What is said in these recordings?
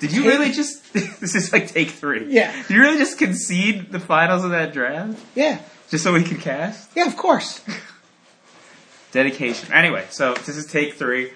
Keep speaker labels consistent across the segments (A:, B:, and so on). A: Did you really just? this is like take three.
B: Yeah.
A: Did you really just concede the finals of that draft
B: Yeah.
A: just so we could cast?
B: Yeah, of course.
A: Dedication. Anyway, so this is take three.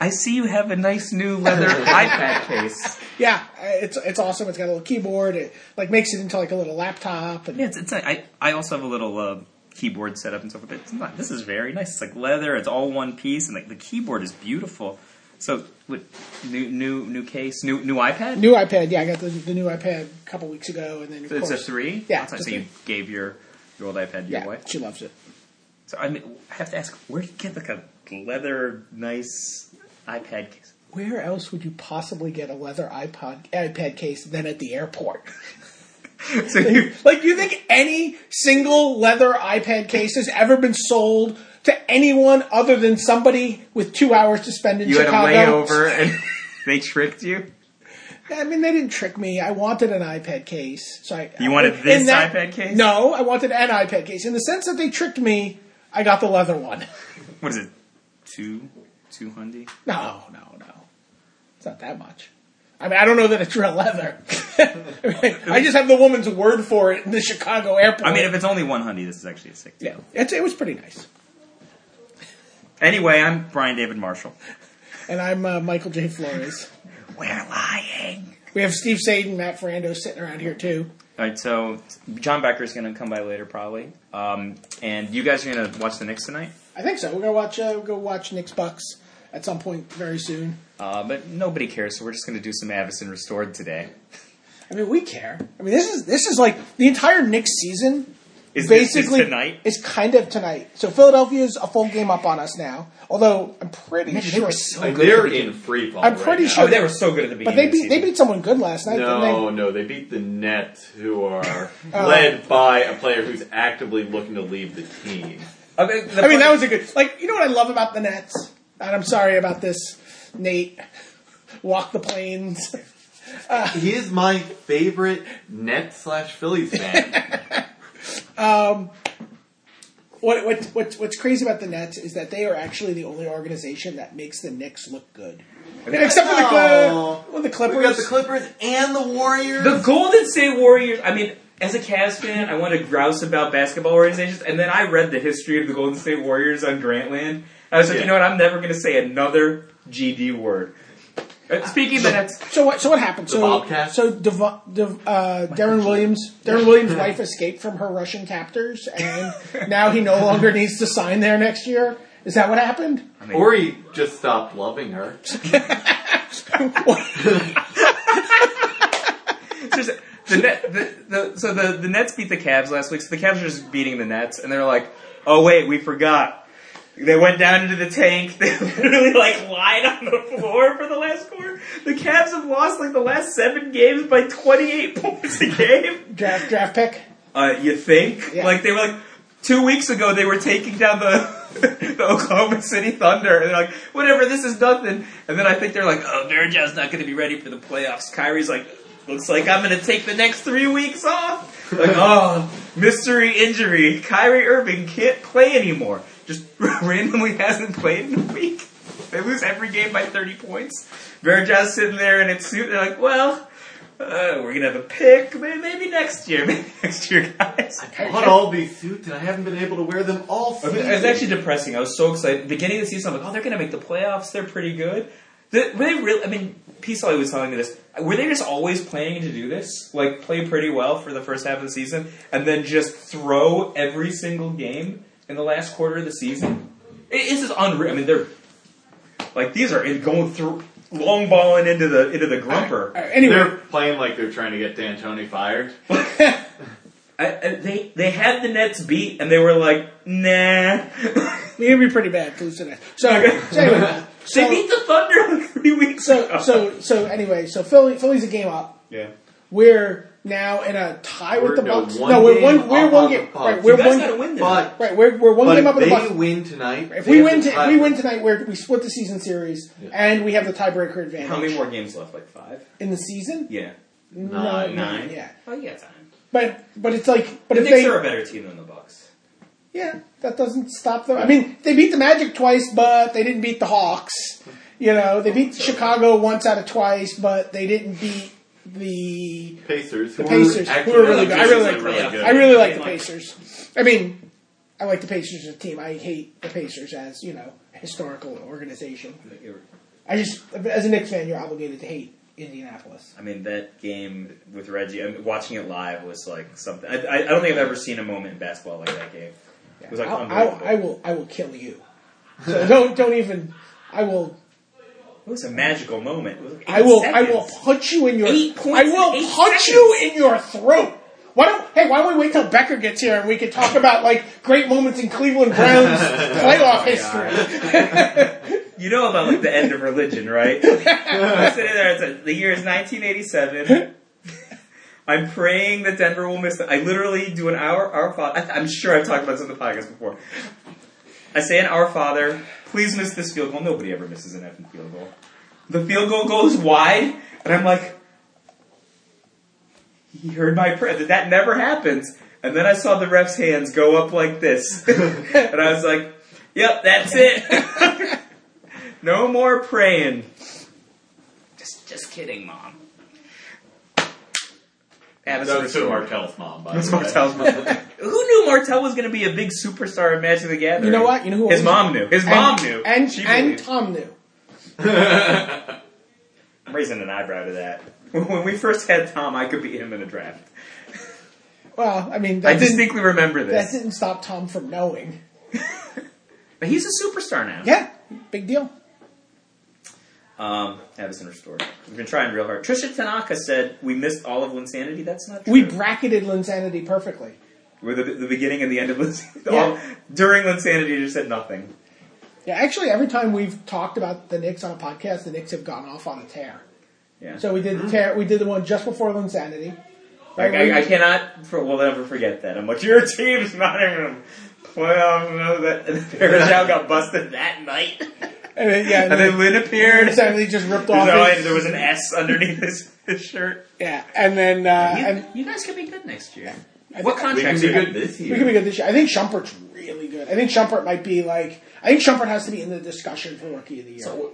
A: I see you have a nice new leather iPad case.
B: Yeah, uh, it's it's awesome. It's got a little keyboard. It like makes it into like a little laptop. And
A: Yeah, it's, it's like, I, I also have a little uh, keyboard setup and so forth, but it's not, this is very nice. It's like leather, it's all one piece, and like the keyboard is beautiful. So, what, new new new case, new new iPad?
B: new iPad. Yeah, I got the, the new iPad a couple weeks ago, and then of
A: So it's a
B: course,
A: three?
B: Yeah,
A: So,
B: it's
A: so
B: a
A: you gave your, your old iPad to
B: yeah,
A: your wife?
B: she loves it.
A: So I, mean, I have to ask, where do you get like a leather, nice iPad case?
B: Where else would you possibly get a leather iPod iPad case than at the airport?
A: So you,
B: Like, do you think any single leather iPad case has ever been sold to anyone other than somebody with two hours to spend in
A: you had a
B: Chicago?
A: layover and they tricked you?
B: I mean, they didn't trick me. I wanted an iPad case, so I.
A: You wanted
B: in
A: this iPad case?
B: No, I wanted an iPad case. In the sense that they tricked me, I got the leather one.
A: What is it? Two? Two hundy?
B: No, no, no. It's not that much. I mean, I don't know that it's real leather. I, mean, I just have the woman's word for it in the Chicago airport.
A: I mean, if it's only one hundy, this is actually a sick deal.
B: yeah, it's, it was pretty nice.
A: Anyway, I'm Brian David Marshall.
B: And I'm uh, Michael J. Flores.
A: We're lying.
B: We have Steve Sadin, Matt Ferrando sitting around here too.
A: All right, so John Becker's going to come by later, probably. Um, and you guys are going to watch the Knicks tonight,
B: I think so. We're gonna watch. Uh, we'll go watch Knicks Bucks at some point very soon.
A: uh, but nobody cares, so we're just going to do some Avison Restored today.
B: I mean, we care. I mean, this is this is like the entire Knicks season.
A: Is this- is
B: basically
A: tonight?
B: It's kind of tonight. So Philadelphia's a full game up on us now. Although I'm pretty
A: Man, they
B: sure
A: were so
C: Like,
A: good.
C: they're in free fall.
B: I'm
C: right
B: pretty
C: now.
B: sure-
A: Oh, they were so good at the beginning.
B: But they
A: of the
B: beat they
A: season.
B: beat someone good last night.
C: No,
B: didn't
C: no, they beat the Nets, who are
B: Oh.
C: led by a player who's actively looking to leave the team.
A: I mean,
B: they? I mean, that was a good. Like, you know what I love about the Nets, and I'm sorry about this, Nate. Walk the planes.
C: He is my favorite Nets slash Phillies fan.
B: What, what, what, what's crazy about the Nets is that they are actually the only organization that makes the Knicks look good. Except for the, uh,
C: Oh.
B: well, the
C: we got the
B: Clippers.
C: Clippers and the Warriors.
A: The Golden State Warriors. I mean, as a Cavs fan, I want to grouse about basketball organizations, and then I read the history of the Golden State Warriors on Grantland. I was like,
C: Yeah.
A: you know what? I'm never going to say another GD word. Uh, Speaking of the Nets,
B: so what? So what happened? So
C: Bobcats?
B: so Dev- Dev- uh, Darren Williams, Darren Williams' wife escaped from her Russian captors, and now he no longer needs to sign there next year. Is that what happened?
C: or he just stopped loving her.
A: Just- the net, the, the, so the, the Nets beat the Cavs last week. So the Cavs are just beating the Nets, and they're like, "Oh wait, we forgot." They went down into the tank. They literally like lied on the floor for the last quarter. The Cavs have lost like the last seven games by twenty eight points a game.
B: Draft draft pick.
A: Uh, you think?
B: Yeah.
A: Like they were like two weeks ago they were taking down the the Oklahoma City Thunder and they're like, whatever, this is nothing. And then I think they're like, oh, Durjow's not going to be ready for the playoffs. Kyrie's like, looks like I'm going to take the next three weeks off. Like, oh, mystery injury. Kyrie Irving can't play anymore. Just randomly hasn't played in a week. They lose every game by 30 points. Durjow's sitting there in its suit. They're like, well. Uh, we're gonna have a pick, May- maybe next year, maybe next year, guys.
C: Bought all these suits and I haven't been able to wear them all
A: I
C: season.
A: mean, It was actually depressing. I was so excited. Beginning of the season, I'm like, oh, they're going to make the playoffs. They're pretty good. The, were they really? I mean, Peace Lolly was telling me this. Were they just always planning to do this? Like, play pretty well for the first half of the season and then just throw every single game in the last quarter of the season? It, this is unreal. I mean, they're like these are in- going through long balling into the into the grumper.
B: All right, Uh, anyway,
C: They're playing like they're trying to get D'Antoni fired.
A: I, I, they they had the Nets beat and they were like, nah.
B: It'd be pretty bad to lose to that. So, so anyway,
A: They
B: so,
A: beat the Thunder like three weeks
B: so
A: ago.
B: so so anyway, so Philly Philly's a game up.
A: yeah.
B: We're now in a tie
C: We're-
B: with the
C: no,
B: Bucks.
C: one
B: No, we're
C: game
B: one. We're
C: up
B: one
C: on the
B: game.
C: Bucks.
B: Right,
C: You
B: we're
A: You guys
B: one.
A: gotta win this.
C: But,
B: Right, we're we're one
C: but
B: game up with
C: they
B: the Bucks.
C: win tonight.
B: If
C: they
B: we
C: have
B: win,
C: the
B: t- if
C: title.
B: we win tonight, we're, we split the season series, and we have the tiebreaker advantage
A: How many more games left? Like five?
B: in the season.
A: Yeah.
C: Nine.
A: Nine?
B: Yeah,
A: Oh, you got time.
B: but but it's like, but
A: The
B: if
A: Knicks
B: they,
A: are a better team than the Bucks.
B: yeah, that doesn't stop them. I mean, they beat the Magic twice, but they didn't beat the Hawks. You know, they beat Chicago once out of twice, but they didn't beat the.
C: Pacers. The
B: Pacers, who are really good. I really like
A: playoff.
B: I really like the Pacers. I mean, I like the Pacers as a team. I hate the Pacers as you know historical organization. I just, as a Knicks fan, you're obligated to hate Indianapolis.
A: I mean, that game with Reggie, I mean, watching it live was like something. I, I, I don't think I've ever seen a moment in basketball like that game. It was like
B: I'll- I'll-
A: unbelievable.
B: I will, I will kill you. So don't, don't even. I will,
A: it was a magical moment. It was like eight
B: I will, I
A: seconds.
B: will punch you in your.
A: Eight
B: I
A: points
B: will
A: in eight
B: punch
A: seconds.
B: you in your throat. Why don't, hey, why don't we wait till Becker gets here and we can talk about like great moments in Cleveland Browns
A: Oh
B: playoff history?
A: You know about like the end of religion, right? I'm sitting there. It's like, the year is 1987. I'm praying that Denver will miss. The, I literally do an hour Our Father. I, I'm sure I've talked about this on the podcast before. I say an Our Father. Please miss this field goal. Nobody ever misses an effing field goal. The field goal goes wide, and I'm like, he heard my prayer. That that never happens. And then I saw the ref's hands go up like this, and I was like, "Yep, that's it. no more praying." Just, just kidding, mom. Addison
C: That was to
A: Rasul.
C: Martell's mom, by
A: That's
C: the way.
A: Martel's mom. Who knew Martel was going to be a big superstar in Magic the Gathering?
B: You know what? You know who
A: His
B: always-
A: mom knew. His mom knew.
B: and
A: she
B: and
A: believed.
B: Tom knew.
A: I'm raising an eyebrow to that. When we first had Tom, I could beat him in a draft.
B: Well, I mean, that
A: I
B: didn't-
A: distinctly remember
B: That
A: this.
B: didn't stop Tom from knowing.
A: But he's a superstar now.
B: Yeah, big deal.
A: Um, Addison restored. We've been trying real hard. Trisha Tanaka said we missed all of Linsanity. That's not true.
B: We bracketed Linsanity perfectly.
A: We're the, the beginning and the end of Linsanity.
B: Yeah.
A: All, during Linsanity, you just said nothing.
B: Yeah, actually, every time we've talked about the Knicks on a podcast, the Knicks have gone off on a tear.
A: Yeah.
B: So we did the tear. We did the one just before Linsanity.
A: Like, I, I cannot, for, we'll never forget that. I'm like, your team's not even playoff. you know, That and Parashal got busted that night,
B: And then, yeah, and
A: and then
B: then
A: Lynn appeared. There's
B: Linsanity just ripped off.
A: all-
B: His,
A: and there was an S underneath his, his shirt.
B: yeah, and then uh, and
A: guys could be good next year.
B: think-
A: What
C: We can
A: contracts
C: be
A: are
C: good this year.
B: we could be good this year. I think Shumpert's really good. I think Shumpert might be like. I think Shumpert has to be in the discussion for Rookie of the Year.
A: So,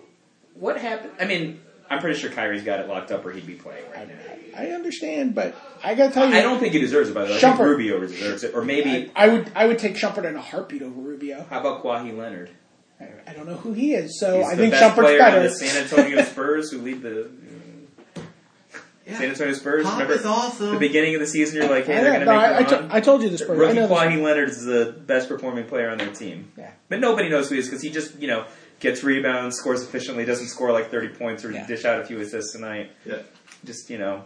A: what happened? I mean, I'm pretty sure Kyrie's got it locked up, or he'd be playing right now.
B: I understand, but I gotta tell you,
A: I don't think he deserves it. By the way, I think
B: Shumpert.
A: Rubio deserves it, or maybe
B: I would I would take Shumpert in a heartbeat over Rubio.
A: how about Kawhi Leonard?
B: I, I don't know who he is, so
A: He's
B: I
A: the
B: think
A: best
B: Shumpert's
A: player on
B: better.
A: the San Antonio Spurs, who lead the San
C: Yeah.
A: Antonio Spurs.
C: Pop
A: remember
C: is awesome.
A: the beginning of the season, you're like, hey,
B: Yeah,
A: they're going
B: no,
A: to make
B: I, I,
A: the
B: to-
A: run.
B: I told you this, bro. I
A: Rookie
B: know this.
A: Kawhi Leonard is the best performing player on their team.
B: Yeah.
A: But nobody knows who he is because he just, you know, gets rebounds, scores efficiently, doesn't score like 30 points or
B: Yeah.
A: dish out a few assists tonight.
C: Yeah.
A: Just, you know,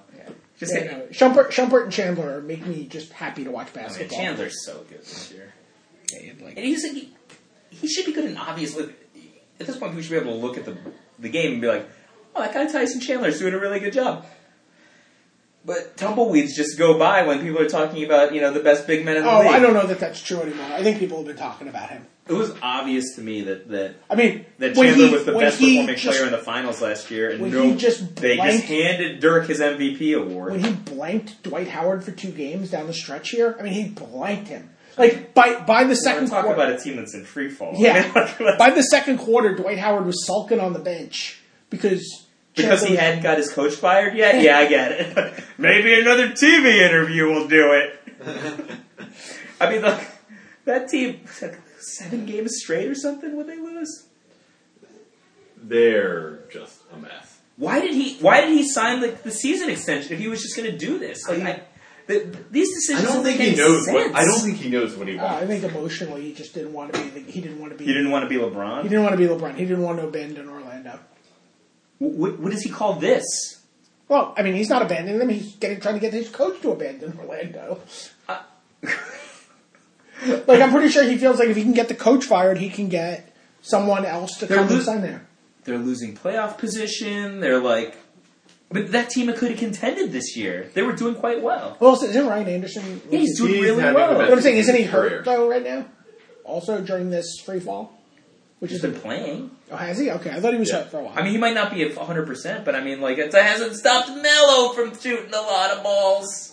A: just
B: Yeah,
A: hit-
B: no, Shumpert, Shumpert and Chandler make me just happy to watch
A: I mean,
B: basketball.
A: Chandler's so good this year.
B: Yeah, like-
A: And he's like, he should be good in obvious. Like, at this point, people should be able to look at the the game and be like, "Oh, that guy Tyson Chandler's doing a really good job." But tumbleweeds just go by when people are talking about you know the best big men in the
B: oh,
A: league.
B: I don't know that that's true anymore. I think people have been talking about him.
A: It was obvious to me that that.
B: I mean,
A: That
B: when
A: Chandler
B: he,
A: was the
B: when
A: best
B: he
A: performing
B: just,
A: player in the finals last year, and
B: when
A: no,
B: he just
A: they just
B: blanked-
A: handed Dirk his MVP award.
B: when he blanked Dwight Howard for two games down the stretch here. I mean, he blanked him like by by the
A: We're
B: second
A: talking
B: quarter.
A: about a team that's in free fall.
B: Yeah, by the second quarter, Dwight Howard was sulking on the bench because
A: Because he
B: Chandler-
A: hadn't got his coach fired yet? Yeah, I get it. Maybe another TV interview will do it. I mean, like, that team, seven games straight or something, would they lose?
C: They're just a mess.
A: Why did he, why did he sign like, the season extension if he was just going to do this? Like, I, th these
C: I
A: decisions
C: don't
A: make any
C: think he knows
A: sense.
C: what. I don't think he knows what he
B: Uh, I
C: wants.
B: think emotionally, he just didn't want to be. The, he didn't want to be.
A: He didn't want to be LeBron?
B: He didn't want to be LeBron. He didn't want to abandon Orlando.
A: Wh- wh- what does he call this?
B: Well, I mean, he's not abandoning them. He's getting trying to get his coach to abandon Orlando.
A: Uh,
B: like I'm pretty sure he feels like if he can get the coach fired, he can get someone else to
A: They're
B: come and
A: lo-
B: sign there.
A: They're losing playoff position. They're like, but that team could have contended this year. They were doing quite well.
B: Well, so isn't Ryan Anderson?
A: Yeah, he's doing
C: He's
A: really
C: having
A: well.
C: the best
B: what I'm saying, isn't he
C: Career.
B: hurt though right now? Also during this free fall, which
A: He's
B: is
A: been playing.
B: oh has he? Okay, I thought he was
C: Yeah.
B: hurt for a while.
A: I mean, he might not be at 100%, but I mean, like, it hasn't stopped Melo from shooting a lot of balls.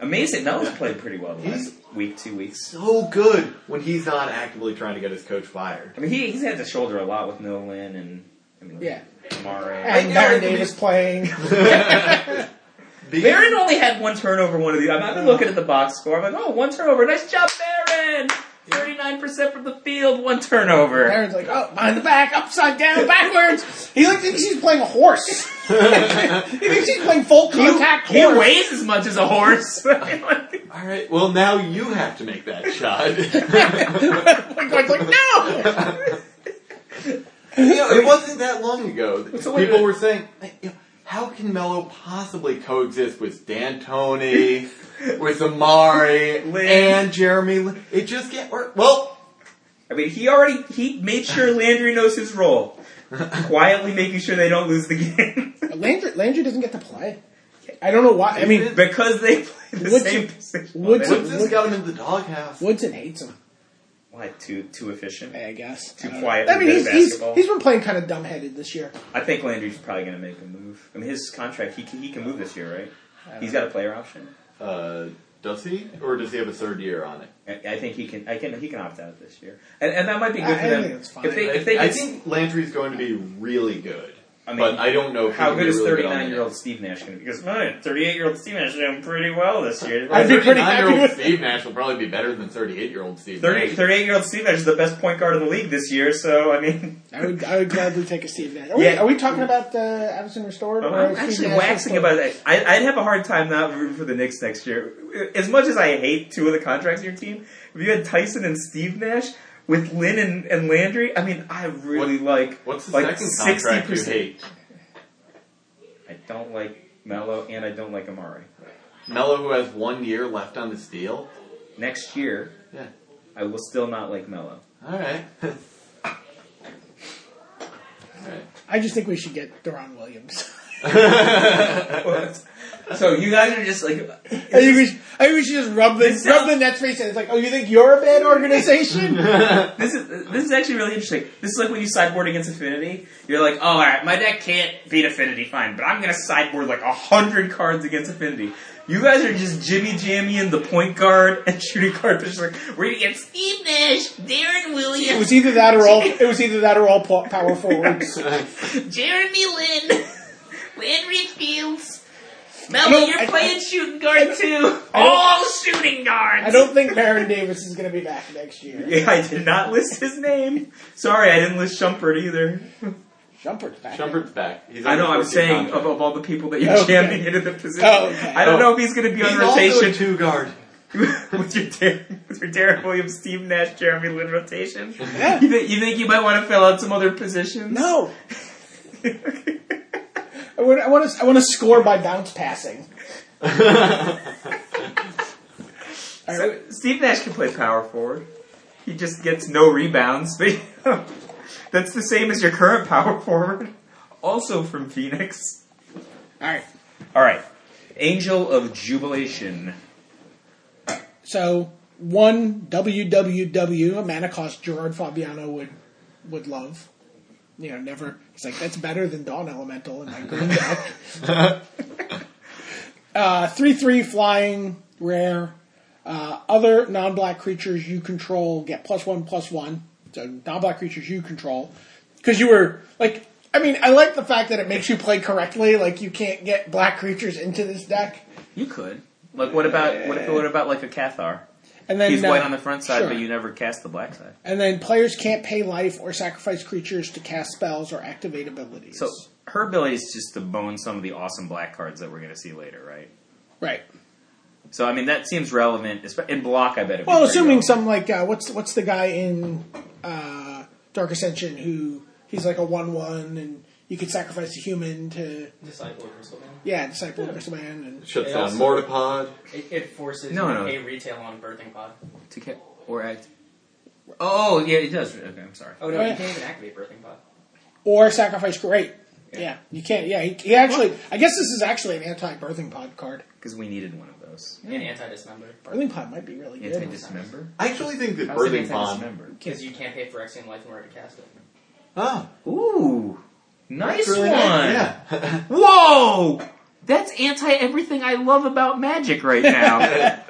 A: Amazing. That was played pretty well the last week, two weeks.
C: So good when he's not actively trying to get his coach fired.
A: I mean, he, he's had to shoulder a lot with Nolan and I mean,
B: Yeah.
A: Kamara.
B: And Baron Davis playing.
C: The-
A: Barron only had one turnover. One of the. I've been looking at the box score. I'm like, oh, one turnover. Nice job, Barron. Thirty-nine percent from the field. One turnover.
B: Baron's like, oh, behind the back, upside down, backwards. He like thinks he's playing a horse. he thinks he's playing full contact
A: He
B: horse.
A: weighs as much as a horse. like,
C: All right. Well, now you have to make that shot.
B: like, like, no!
C: You know, it wasn't that long ago. that
A: So wait a
C: people
A: minute.
C: were saying, like, you know, how can Melo possibly coexist with D'Antoni, with Amari,
A: Lin.
C: and Jeremy? Lin? It just can't work. Well,
A: I mean, he already he made sure Landry knows his role. Quietly making sure they don't lose the game
B: Landry, Landry doesn't get to play. I don't know why. I mean,
A: because they play the
B: Woodson-
A: same position.
B: Woodson-
A: Well,
C: what's this got him into the doghouse?
B: Woodson hates him.
A: they- Why too too efficient?
B: I guess.
A: Too
B: I don't
A: quiet
B: know. I
A: and
B: mean,
A: good
B: he's,
A: at
B: he's,
A: basketball.
B: he's been playing kind of dumbheaded this year.
A: I think Landry's probably going to make a move. I mean, his contract he can, he can move this year, right? He's got a player option.
C: Uh, does he, or does he have a third year on it?
A: I I think he can. I can. He can opt out this year, and, and that might be good for
B: I- I
A: them.
B: think it's fine.
A: If they, if they
C: I
A: could,
C: think Landry's going to be really good,
A: I mean,
C: but I don't know if
A: how good is
C: thirty
A: thirty-nine year old Steve Nash going to be? Because thirty-eight year old Steve Nash is doing pretty well this year.
B: I'd be pretty happy
C: year old
B: with
C: Steve Nash will probably be better than thirty-eight year old Steve.
A: 30,
C: Nash.
A: 38 year old Steve Nash is the best point guard in the league this year. So I mean,
B: I would, I would gladly take a Steve Nash. Are, we,
A: Yeah. Uh-huh.
B: are we talking about the Addison Restored? or
A: I'm
B: Steve
A: actually
B: Nash
A: waxing
B: Restored?
A: about that. I, I'd have a hard time not rooting for the Knicks next year. As much as I hate two of the contracts in your team, if you had Tyson and Steve Nash with Lynn and, and Landry, I mean, I really like
C: What's the
A: like
C: second
A: sixty
C: contract you
A: percent.
C: hate?
A: I don't like Melo and I don't like Amari.
C: Mello, who has one year left on his deal.
A: Next year,
C: Yeah.
A: I will still not like Melo.
C: All right. All right.
B: I just think we should get Deron Williams.
A: so you guys are just like
B: I think, we should, I think we should just rub the,
A: This
B: rub
A: sounds-
B: the Nets face and it's like, oh, you think you're a bad organization?
A: This is this is actually really interesting. This is like when you sideboard against Affinity. You're like, oh, all right, my deck can't beat Affinity, fine, but I'm gonna sideboard like a hundred cards against Affinity. You guys are just Jimmy jammying the point guard and shooting guard pitch like we're gonna get Steve Nash, Darren
B: It
A: Williams,
B: was either that or all. It was either that or all po- power forwards.
A: Jeremy Lin, Landry Fields.
B: I
A: Mel,
B: don't-
A: you're
B: I-
A: playing shooting guard too.
B: I don't-
A: All shooting guards.
B: I don't think Baron Davis is going to be back next year.
A: Yeah, I did not list his name. Sorry, I didn't list Shumpert either.
B: Shumpert's back.
C: Shumpert's back. He's on
A: I know.
C: the
A: I'm
C: 14
A: saying
C: contract.
A: of, of all the people that you're
B: Okay.
A: jamming into the position,
B: Oh, okay.
A: I don't
C: Oh.
A: know if he's going to be on
C: He's also a
A: rotation
C: two guard.
A: with your Dar- with your Darren Williams, Steve Nash, Jeremy Lin rotation.
B: Yeah.
A: You, thi- you think you might want to fill out some other positions?
B: No, I want, I want to. I want to score by bounce passing. All right,
A: So, Steve Nash can play power forward. He just gets no rebounds, but that's the same as your current power forward, also from Phoenix.
B: all right.
A: All right, Angel of Jubilation.
B: So one WWW, a man of cost Gerard Fabiano would would love. You know, never. He's like that's better than Dawn Elemental in my green deck. uh, three three flying rare. Uh, other non-black creatures you control get plus one plus one. So non-black creatures you control because you were like. I mean, I like the fact that it makes you play correctly. Like you can't get black creatures into this deck.
A: You could. Like, what about what, if, what about like a Cathar?
B: And then
A: He's
B: uh,
A: white on the front side,
B: sure.
A: but you never cast the black side.
B: And then players can't pay life or sacrifice creatures to cast spells or activate abilities.
A: So her ability is just to bone some of the awesome black cards that we're going to see later, right?
B: right.
A: So I mean, that seems relevant espe- in block. I bet. it'd be
B: Well,
A: pretty
B: assuming
A: relevant.
B: some like uh, what's what's the guy in uh, Dark Ascension who he's like a one one and you could sacrifice a human to
D: Disciple or something.
B: yeah disciple of Crystal Man and
C: Shuts
D: It
C: down
D: also-
C: Mortipod.
D: It, it forces
A: No,
D: you to
A: no.
D: pay retail on birthing pod.
A: to ca- or act. Oh yeah, it does. Okay, I'm sorry.
D: Oh no,
B: Oh, yeah.
D: you can't even activate birthing pod.
B: or sacrifice great. Yeah. you can't. Yeah, he, he actually. I guess this is actually an anti-birthing pod card.
A: Because we needed one of those.
D: And anti dismember
B: Birthing pod might be really good.
A: Anti dismember.
C: I actually think that
A: How's it
C: Birthing Pond.
A: anti-dismember?
D: because you can't pay Phyrexian life in order to cast it.
C: Oh,
A: Ooh, nice
C: that's
A: one.
C: really nice. Yeah.
A: Whoa, That's anti everything I love about Magic right now.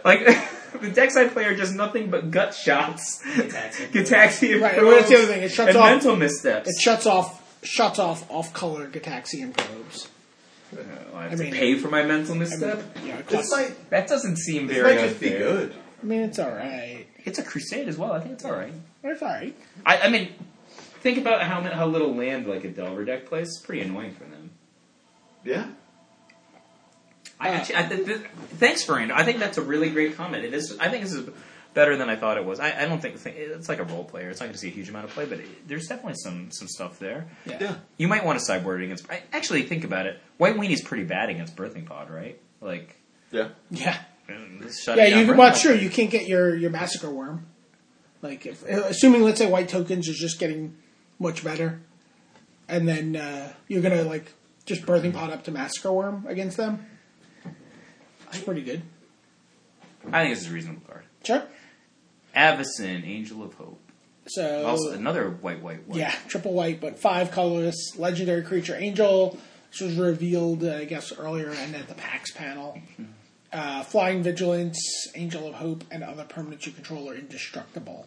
A: like the decks I play are just nothing but gut shots,
D: Gitaxi.
A: Gitaxi and
B: Right,
A: probes,
B: well, that's the other thing. It shuts
A: and
B: off-
A: mental missteps.
B: It shuts off shuts off off color Gataxian probes.
A: Oh, I have
B: I
A: to
B: mean-
A: pay for my mental misstep.
B: Yeah, it
C: This
B: costs-
C: might,
A: that doesn't seem
C: this
A: very
C: might just be
A: unfair.
C: good.
B: I mean, it's all right.
A: It's a crusade as well. I think it's all right.
B: It's all right.
A: I, I mean, think about how mu- how little land like a Delver deck plays. It's pretty annoying for them.
C: Yeah.
A: I,
B: Uh,
A: actually, I th- th- thanks, Miranda. I think that's a really great comment. It is. I think this is better than I thought it was. I, I don't think it's like a role player. It's not going to see a huge amount of play, but it, there's definitely some some stuff there.
C: Yeah.
A: You might want to sideboard it against. I, actually, think about it. White Weenie's pretty bad against Birthing Pod, right? Like,
C: Yeah.
B: Yeah.
A: shut
B: Yeah, you can, well, sure, you can't get your, your massacre worm. Like, if, assuming, let's say, white tokens is just getting much better, and then uh, you're gonna like just birthing pot up to massacre worm against them. It's pretty good.
A: I think this is a reasonable card.
B: Sure.
A: Avison, Angel of Hope.
B: So
A: Also, another white, white, white.
B: Uh, yeah, triple white, but five colorless legendary creature angel. This was revealed, uh, I guess, earlier and at the PAX panel. Uh, flying vigilance, angel of hope, and other permanents you control are indestructible.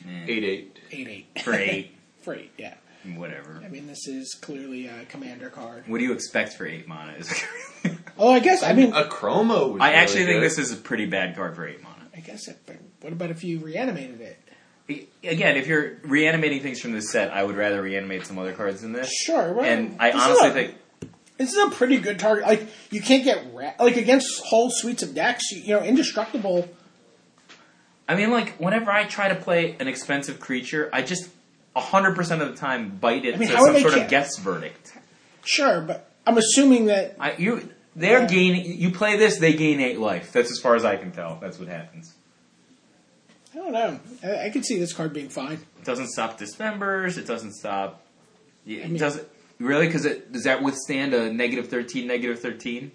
A: Eh,
C: Eight eight.
B: Eight eight.
A: for eight,
B: Free, yeah.
A: whatever.
B: I mean, this is clearly a commander card.
A: What do you expect for eight mana? Is
B: Oh, I guess. I mean,
C: a chroma. Was
A: I actually
C: really
A: think
C: good.
A: this is a pretty bad card for eight mana.
B: I guess. It, but what about if you reanimated it?
A: Again, if you're reanimating things from this set, I would rather reanimate some other cards than this.
B: Sure. Well,
A: And I
B: this is
A: honestly
B: a-
A: think
B: this is a pretty good target. Like you can't get ra- like against whole suites of decks. You, you know, indestructible.
A: I mean, like, whenever I try to play an expensive creature, I just 100% of the time bite it
B: I mean,
A: to
B: how are
A: some
B: they
A: sort of
B: ca-
A: guess verdict.
B: Sure, but I'm assuming that
A: I, you, they're
B: Yeah.
A: gaining, you play this, they gain eight life. That's as far as I can tell. That's what happens.
B: I don't know. I, I could see this card being fine.
A: It doesn't stop dismembers, it doesn't stop, it
B: I mean-
A: doesn't, really? Because it, does that withstand a negative 13, negative 13?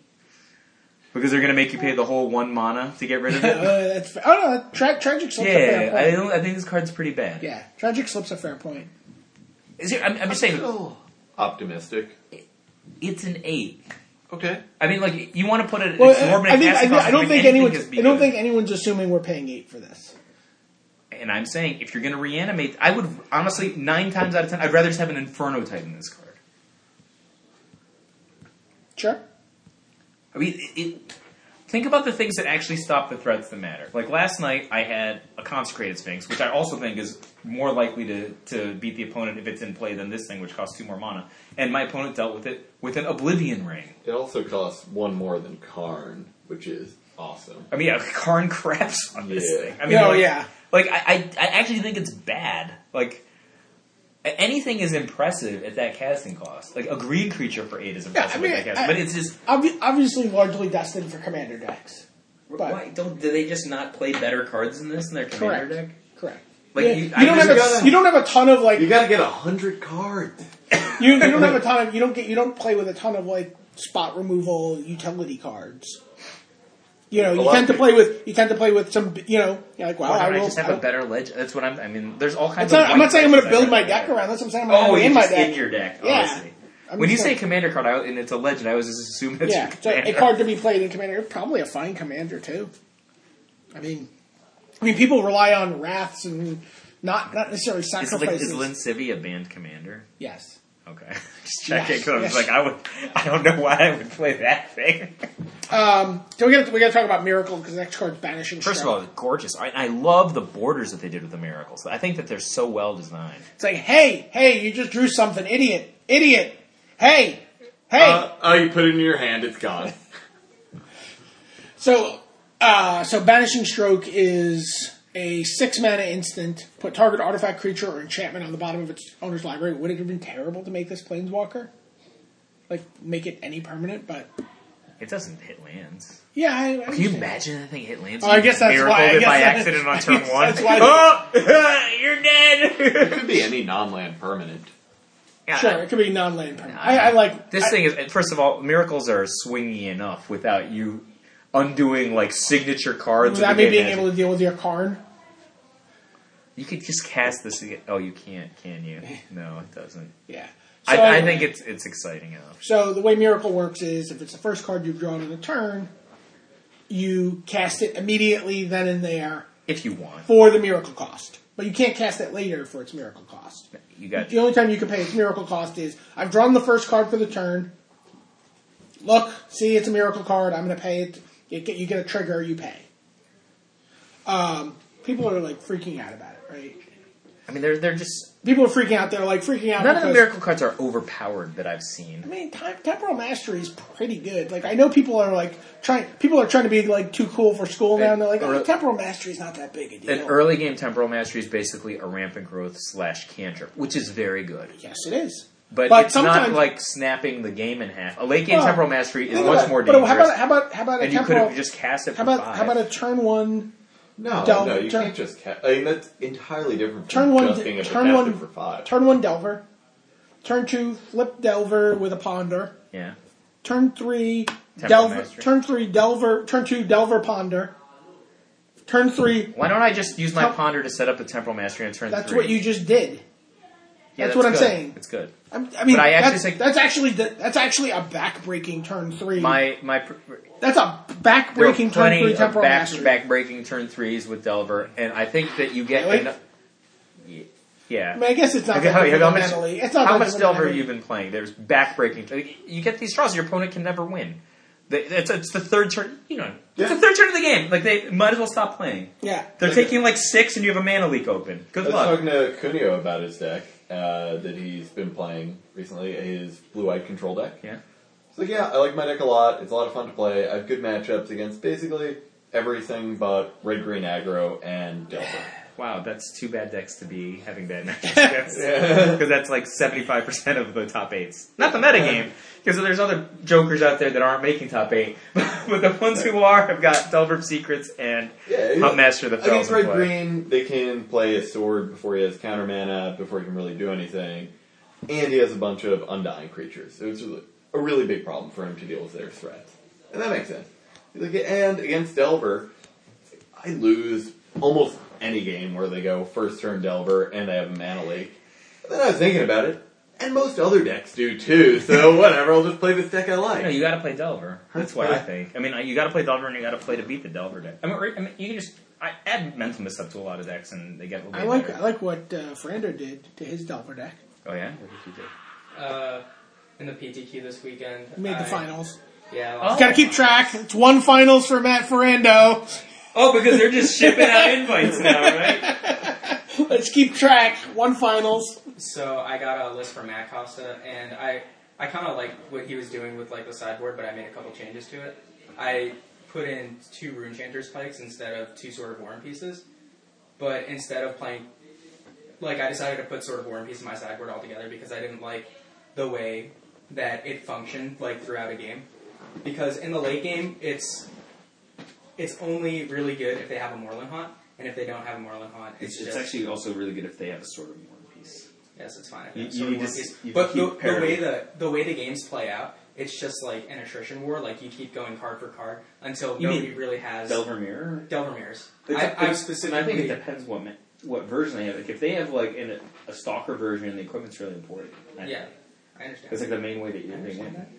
A: Because they're going to make you pay the whole one mana to get rid of
B: Uh,
A: it?
B: that's fa- oh no, tra- tragic slips a fair
A: yeah, I,
B: point.
A: don't, I think this card's pretty bad.
B: yeah, tragic slips a fair point.
A: Is there, I'm, I'm just
C: I'm
A: saying,
C: still optimistic.
A: it's an eight.
C: Okay.
A: I mean, like you want to put it.
B: Well,
A: exorbitant
B: I, think, I,
A: asking
B: I don't
A: cost,
B: think
A: anything
B: anyone's.
A: is
B: I don't
A: because-
B: think anyone's assuming we're paying eight for this.
A: And I'm saying, if you're going to reanimate, I would honestly nine times out of ten, I'd rather just have an Inferno Titan in this card.
B: Sure.
A: I mean, it, it, think about the things that actually stop the threats that matter. Like last night, I had a Consecrated Sphinx, which I also think is more likely to, to beat the opponent if it's in play than this thing, which costs two more mana. And my opponent dealt with it with an Oblivion Ring.
C: It also costs one more than Karn, which is awesome.
A: I mean, yeah, Karn craps on this
C: Yeah.
A: thing. I mean,
B: Oh,
A: like,
B: yeah.
A: Like I, I, I actually think it's bad. Like a- anything is impressive at that casting cost. Like a green creature for eight is impressive
B: mean,
A: at that casting,
B: I-
A: but it's just.
B: Obvi- obviously, largely destined for commander decks. But
A: why don't do they just not play better cards than this in their commander
B: correct.
A: deck?
B: Correct.
A: Like,
B: Yeah,
A: you-
B: you,
A: I
B: don't
A: just
B: have a,
C: gotta-
B: you don't have a ton of like
C: You
B: you,
C: gotta get a hundred cards.
B: you don't have a ton of you don't get you don't play with a ton of like spot removal utility cards. You know,
C: A
B: you
C: lot
B: tend to
C: of
B: play with you tend to play with some you know you're like wow
A: Why
B: I
A: don't I,
B: will.
A: just have
B: I
A: a better legend? That's what I'm. I mean, there's all kinds
B: am not,
A: of.
B: I'm
A: white
B: not saying I'm going to
A: cards
B: build
A: I'd
B: my
A: rather
B: deck
A: play.
B: around. That's what I'm saying. I'm
A: Oh,
B: going
A: you
B: in my
A: just
B: deck.
A: in your deck.
B: Yeah.
A: Obviously.
B: I'm
A: when you
B: just
A: say
B: like-
A: commander card I, and it's a legend, I always just assume that's
B: yeah, so
A: your
B: a
A: commander.
B: card to be played in commander. Probably a fine commander too. I mean, I mean, people rely on wraths and not not necessarily
A: Is, like,
B: sacrifices.
A: is Lin Civi a banned commander?
B: yes.
A: Okay, just checking.
B: Yes,
A: because I was
B: yes.
A: like, I would, I don't know why I would play that thing.
B: So we got we got to talk about miracle because the next card's banishing.
A: First of
B: Strike.
A: all, it's gorgeous. I, I love the borders that they did with the miracles. I think that they're so well designed.
B: it's like, hey, hey, you just drew something, idiot, idiot. Hey, hey.
C: Uh, oh, you put it in your hand, it's gone.
B: so, uh, so banishing stroke is a six mana instant. Put target artifact, creature, or enchantment on the bottom of its owner's library. Would it have been terrible to make this planeswalker? Like, make it any permanent, but
A: It doesn't hit lands.
B: yeah, I, I
A: Can you
B: understand.
A: imagine that thing hit lands?
B: Oh, I guess that's
A: Miracled
B: why- I
A: it
B: guess
A: by
B: that-
A: accident on
B: I
A: turn
B: guess
A: one.
B: that's why-
A: oh, you're dead.
C: It could be any non-land permanent.
A: Yeah,
B: Sure, it could be non-land permanent. I, I like
A: This
B: I-
A: thing is first of all, miracles are swingy enough without you undoing like signature cards. of
B: Without
A: the
B: me
A: game
B: being
A: magic.
B: able to deal with your Karn,
A: you could just cast this. Again. Oh, you can't, can you? No, it doesn't.
B: yeah. So-
A: I, I think it's it's exciting enough.
B: So the way Miracle works is if it's the first card you've drawn in a turn, you cast it immediately then and there
A: If you want,
B: for the miracle cost. But you can't cast it later for its miracle cost.
A: you got.
B: The only time you can pay its miracle cost is I've drawn the first card for the turn. Look, see, it's a miracle card. I'm going to pay it. You get, you get a trigger, you pay. Um, people are like freaking out about it, right?
A: I mean, they're they're just
B: People are freaking out. They're like freaking out.
A: none of the
B: because-
A: miracle cards are overpowered that I've seen.
B: I mean, tem- temporal mastery is pretty good. Like, I know people are like trying. People are trying to be like too cool for school now, and they're like, "Oh,
A: Earl-
B: temporal mastery is not that big a deal."
A: An early game temporal mastery is basically a rampant growth slash cantrip, which is very good.
B: yes, it is.
A: But,
B: But
A: it's not
B: sometimes-
A: like snapping the game in half. A late game
B: Well,
A: temporal mastery is
B: Think
A: much
B: about it.
A: more
B: But
A: dangerous.
B: how about how about how about a
A: and you could
B: temporal?
A: have just cast it.
B: how
A: for
B: about
A: five.
B: how about a turn one?
C: No,
B: Don't
C: no, you
B: turn-
C: can't just. Ca- I mean, that's entirely different from
B: Turn one
C: just
B: d-
C: being a
B: turn
C: caster
B: one-
C: for five.
B: Turn one Delver. Turn two flip Delver with a ponder.
A: yeah?
B: Turn three
A: Temporal
B: Delver.
A: mastery.
B: Turn three Delver. Turn two Delver ponder. Turn three.
A: Why don't I just use my
B: Temp-
A: ponder to set up a temporal mastery on turn
B: That's
A: three?
B: what you just did.
A: Yeah,
B: that's what I'm
A: good.
B: saying.
A: It's good.
B: I'm, I mean,
A: But I actually
B: that's,
A: think-
B: that's actually the, that's actually a backbreaking turn three.
A: My my pr-
B: that's a
A: there are
B: backbreaking turn
A: plenty
B: three
A: of
B: temporal
A: back
B: mastery.
A: back breaking turn threes with Delver, and I think that you get
B: Really?
A: enough. Yeah. yeah.
B: I mean, I guess it's not
A: Okay,
B: that
A: how, how much,
B: fundamentally. It's not
A: how
B: that
A: much Delver have
B: fundamentally.
A: you been playing? There's backbreaking. You get these draws, your opponent can never win. They- It's, it's the third turn. You know, it's the
C: Yeah.
A: third turn of the game. Like they might as well stop playing.
B: Yeah.
A: They're
C: Okay.
A: taking like six, and you have a mana leak open. Good
C: I was
A: luck.
C: talking to Kunio about his deck uh, that he's been playing recently, his blue-eyed control deck.
A: Yeah.
C: It's like, yeah, I like my deck a lot. It's a lot of fun to play. I have good matchups against basically everything but red green aggro and Delver.
A: Wow, that's two bad decks to be having bad matchups because that's like seventy five percent of the top eights. Not the meta game because there's other jokers out there that aren't making top eight, but the ones who are have got Delver Secrets and
C: Yeah, yeah.
A: Hunt Master of the Fell.
C: Against red green, they can play a sword before he has counter mana, before he can really do anything, and he has a bunch of undying creatures. So it's really- a really big problem for him to deal with their threats, and that makes sense. He's like, and against Delver, I lose almost any game where they go first turn Delver and they have a mana leak. But then I was thinking about it, and most other decks do too. So whatever, I'll just play this deck I like.
A: No, you got to play Delver. That's why I think. I mean, you got to play Delver and you got to play to beat the Delver deck. I mean, re- I mean you can just I add Mentimus up to a lot of decks and they get a little bit
B: I like I
A: better.
B: like what uh, Frander did to his Delver deck.
A: Oh yeah. What did you do?
D: Uh, in the PTQ this weekend.
B: He made
D: I-
B: the finals.
D: Yeah. I
A: Oh.
D: lost.
B: Got to keep track. It's one finals for Matt Ferrando.
A: Oh, because they're just shipping out invites now, right?
B: Let's keep track. One finals.
D: So I got a list from Matt Costa, and I I kind of like what he was doing with like the sideboard, but I made a couple changes to it. I put in two Rune Chanter's Pikes instead of two Sword of War and Pieces, but instead of playing, like I decided to put Sword of War and Peace in my sideboard altogether because I didn't like the way that it functioned like throughout a game. Because in the late game, it's it's only really good if they have a Moreland Haunt, and if they don't have a Moreland Haunt, it's,
E: It's, it's
D: just
E: actually also really good if they have a sword of one piece.
D: Yes, it's fine.
E: You-
D: It's
E: you
D: sort of
E: need
D: one
E: to
D: piece.
E: s- you
D: but
E: keep
D: the, the way
E: parity.
D: the the way the games play out, it's just like an attrition war. Like you keep going card for card until
A: You mean
D: nobody really has
E: Delver Mirror.
D: Delvermere's.
E: It's-
D: I, I
E: it's- I think it
D: specifically
E: depends what ma- what version they have. Like if they have like an, a stalker version, the equipment's really important. I
D: yeah,
E: think.
D: I understand.
E: that's like the main way that
D: I
E: you they
D: understand
E: win.
D: that.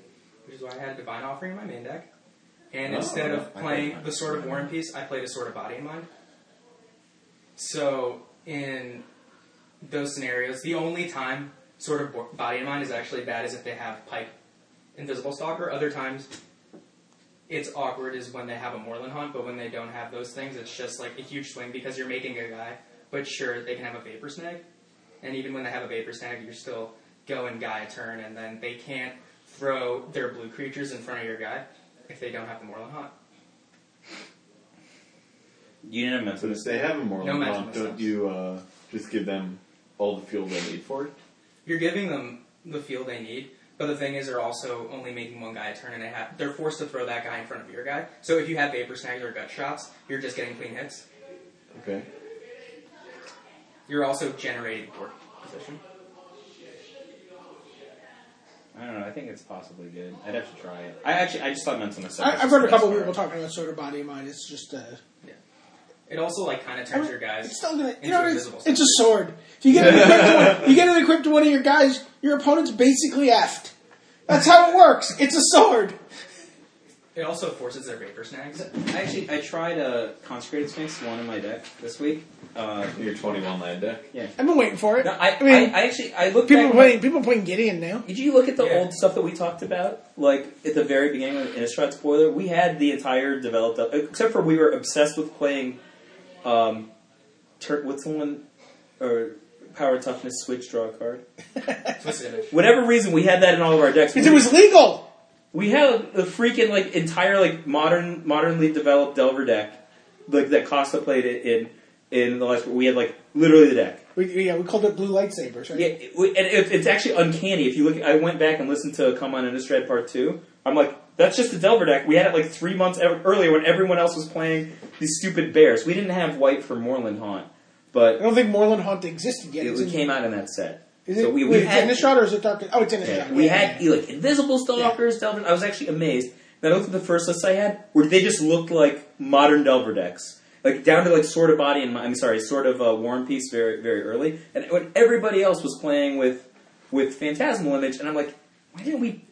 D: Which is why I had Divine Offering in my main deck, and
C: Oh,
D: instead
C: I
D: of
C: played
D: playing
C: mine.
D: the Sword of War and Peace, I played a Sword of Body in Mind. So in those scenarios, the only time Sword of Bo- Body in Mind is actually bad is if they have Pike Invisible Stalker. Other times, it's awkward is when they have a Moreland Hunt, but when they don't have those things, it's just like a huge swing because you're making a guy. But sure, they can have a Vapor Snag, and even when they have a Vapor Snag, you're still go and guy a turn, and then they can't throw their blue creatures in front of your guy if they don't have the Moreland Hunt.
E: You didn't have
C: So if
E: Mentimus.
C: they have a Moreland
D: No
C: Haunt,
D: Maximus
C: don't
D: Haunt.
C: you uh, just give them all the fuel they need for it?
D: You're giving them the field they need, but the thing is, they're also only making one guy a turn, and they have they're forced to throw that guy in front of your guy. So if you have Vapor Snags or Gut Shots, you're just getting clean hits.
C: Okay.
D: You're also generating board position.
E: I don't know. I think it's possibly good. I'd have to try it. I actually I just thought Mentimus.
B: I, I've heard a couple of people talking about Sword of Body and Mind. It's just uh,
D: Yeah. It also like kind of turns your guys.
B: It's still gonna,
D: into
B: you know, it's,
D: invisible
B: it's a sword. If you get it equipped, to one, you get it equipped to one of your guys, your opponent's basically effed. That's how it works. It's a sword.
D: It also forces their vapor snags.
A: I actually I tried uh, consecrated sphinx one in my deck this week. Uh,
C: Your 21 land deck.
B: I've been waiting for it.
A: no, I, I,
B: I mean,
A: I actually I looked
B: people
A: back-
B: playing people playing Gideon now.
A: Did you look at the
D: Yeah.
A: old stuff that we talked about? Like at the very beginning of the Innistrad spoiler, we had the entire developed up, except for we were obsessed with playing. Um, tur- what's the one? Or power toughness switch draw card.
D: Twisted image.
A: Whatever reason, we had that in all of our decks.
B: Because it was legal.
A: We had the freaking like entire like modern modernly developed Delver deck, like that Costa played it in in the last. We had like literally the deck.
B: We, yeah, we called it blue lightsabers, right?
A: Yeah, it- we- and it, it's actually uncanny. If you look, I went back and listened to Come On Innistrad Part Two. I'm like, that's just the Delver deck. We had it like three months ev- earlier when everyone else was playing these stupid bears. We didn't have white for Moreland Haunt,
B: I
A: but
B: don't think Moreland Hunt existed yet.
A: it,
B: It's
A: we
B: in-
A: came out in that set.
B: Is it,
A: so we, we
B: wait,
A: had
B: it's Innistrad or is it Dark? Oh, it's Innistrad.
A: yeah, we had like invisible stalkers, Delver. I was actually amazed. Then I looked at the first lists I had, where they just looked like modern Delver decks, like down to like sort of body and Mi- I'm sorry, sort of uh, War and Peace very very early, and when everybody else was playing with with Phantasmal Image, and I'm like, why didn't we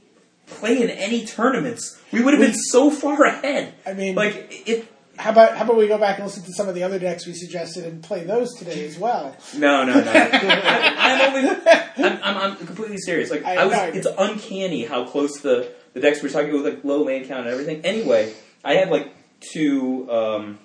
A: play in any tournaments? We would have been so far ahead.
B: I mean-
A: like it.
B: How about how about we go back and listen to some of the other decks we suggested and play those today as well?
A: No, no, no. I, I'm, only, I'm, I'm, I'm completely serious. Like I,
B: I-
A: was,
B: no, I-
A: it's uncanny how close the the decks we're talking with like low land count and everything. Anyway, I had like two um,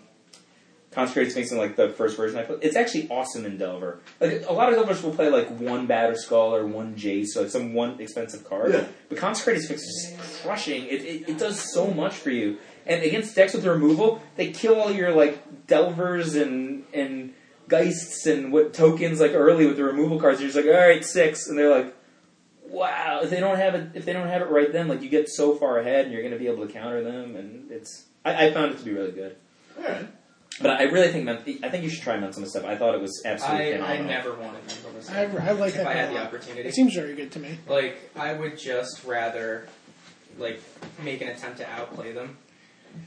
A: consecrated sphinx in like the first version I put. It's actually awesome in Delver. Like a lot of Delvers will play like one batter skull or one Jace, so like some one expensive card.
C: Yeah.
A: But consecrated sphinx is just crushing. It, it it does so much for you. And against decks with removal, they kill all your like Delvers and and Geists and what tokens like early with the removal cards. You're just like, all right, six, and they're like, wow. If they don't have it, if they don't have it right then, like you get so far ahead, and you're going to be able to counter them. And it's I, I found it to be really good.
C: Alright.
A: But I really think Ment- I think you should try Mental Misstep. I thought it was absolutely
D: I, I
A: phenomenal.
D: never wanted to go to
B: I, I like
D: if
B: that.
D: I had
B: a
D: the
B: lot.
D: opportunity.
B: It seems very good to me.
D: Like I would just rather like make an attempt to outplay them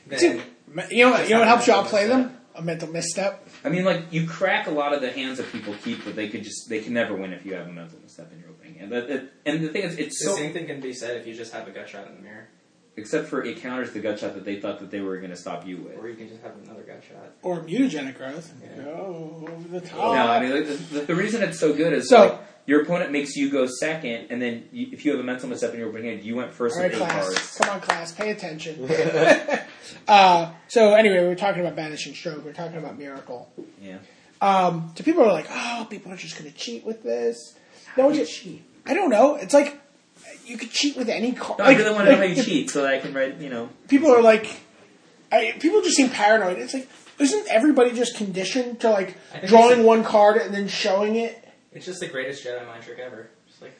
D: than
B: you know, what- you know what helps you
D: Just
B: outplay
D: a
B: them? A mental misstep.
A: I mean, like you crack a lot of the hands that people keep, but they could just they can never win if you have a Mental Misstep in your opening. And that, that- and the thing is, it's
D: the
A: so
D: same thing can be said if you just have a gut shot in the mirror,
A: except for it counters the gut shot that they thought that they were going to stop you with.
D: or you can just have another gut shot.
B: Or mutagenic growth.
D: Yeah.
B: Go over the top.
A: No, I mean like, the, the reason it's so good is
B: So-
A: like your opponent makes you go second, and then you, if you have a mental misstep in your opening hand, you went first
B: All
A: with
B: right,
A: eight
B: class.
A: cards.
B: Come on, class. Pay attention. uh, so anyway, we were talking about Vanishing Stroke. We were talking about Miracle.
A: Yeah,
B: Um, so people are like, oh, people are just going to cheat with this. No, just cheat. I don't know. It's like you could cheat with any card.
A: no,
B: like,
A: I really want to know
B: like,
A: how you
B: if
A: cheat so that I can write. You know,
B: People are like, I, people just seem paranoid. It's like, isn't everybody just conditioned to like
D: I think
B: drawing
D: it's-
B: one card and then showing it?
D: It's just the greatest Jedi mind trick ever. Just like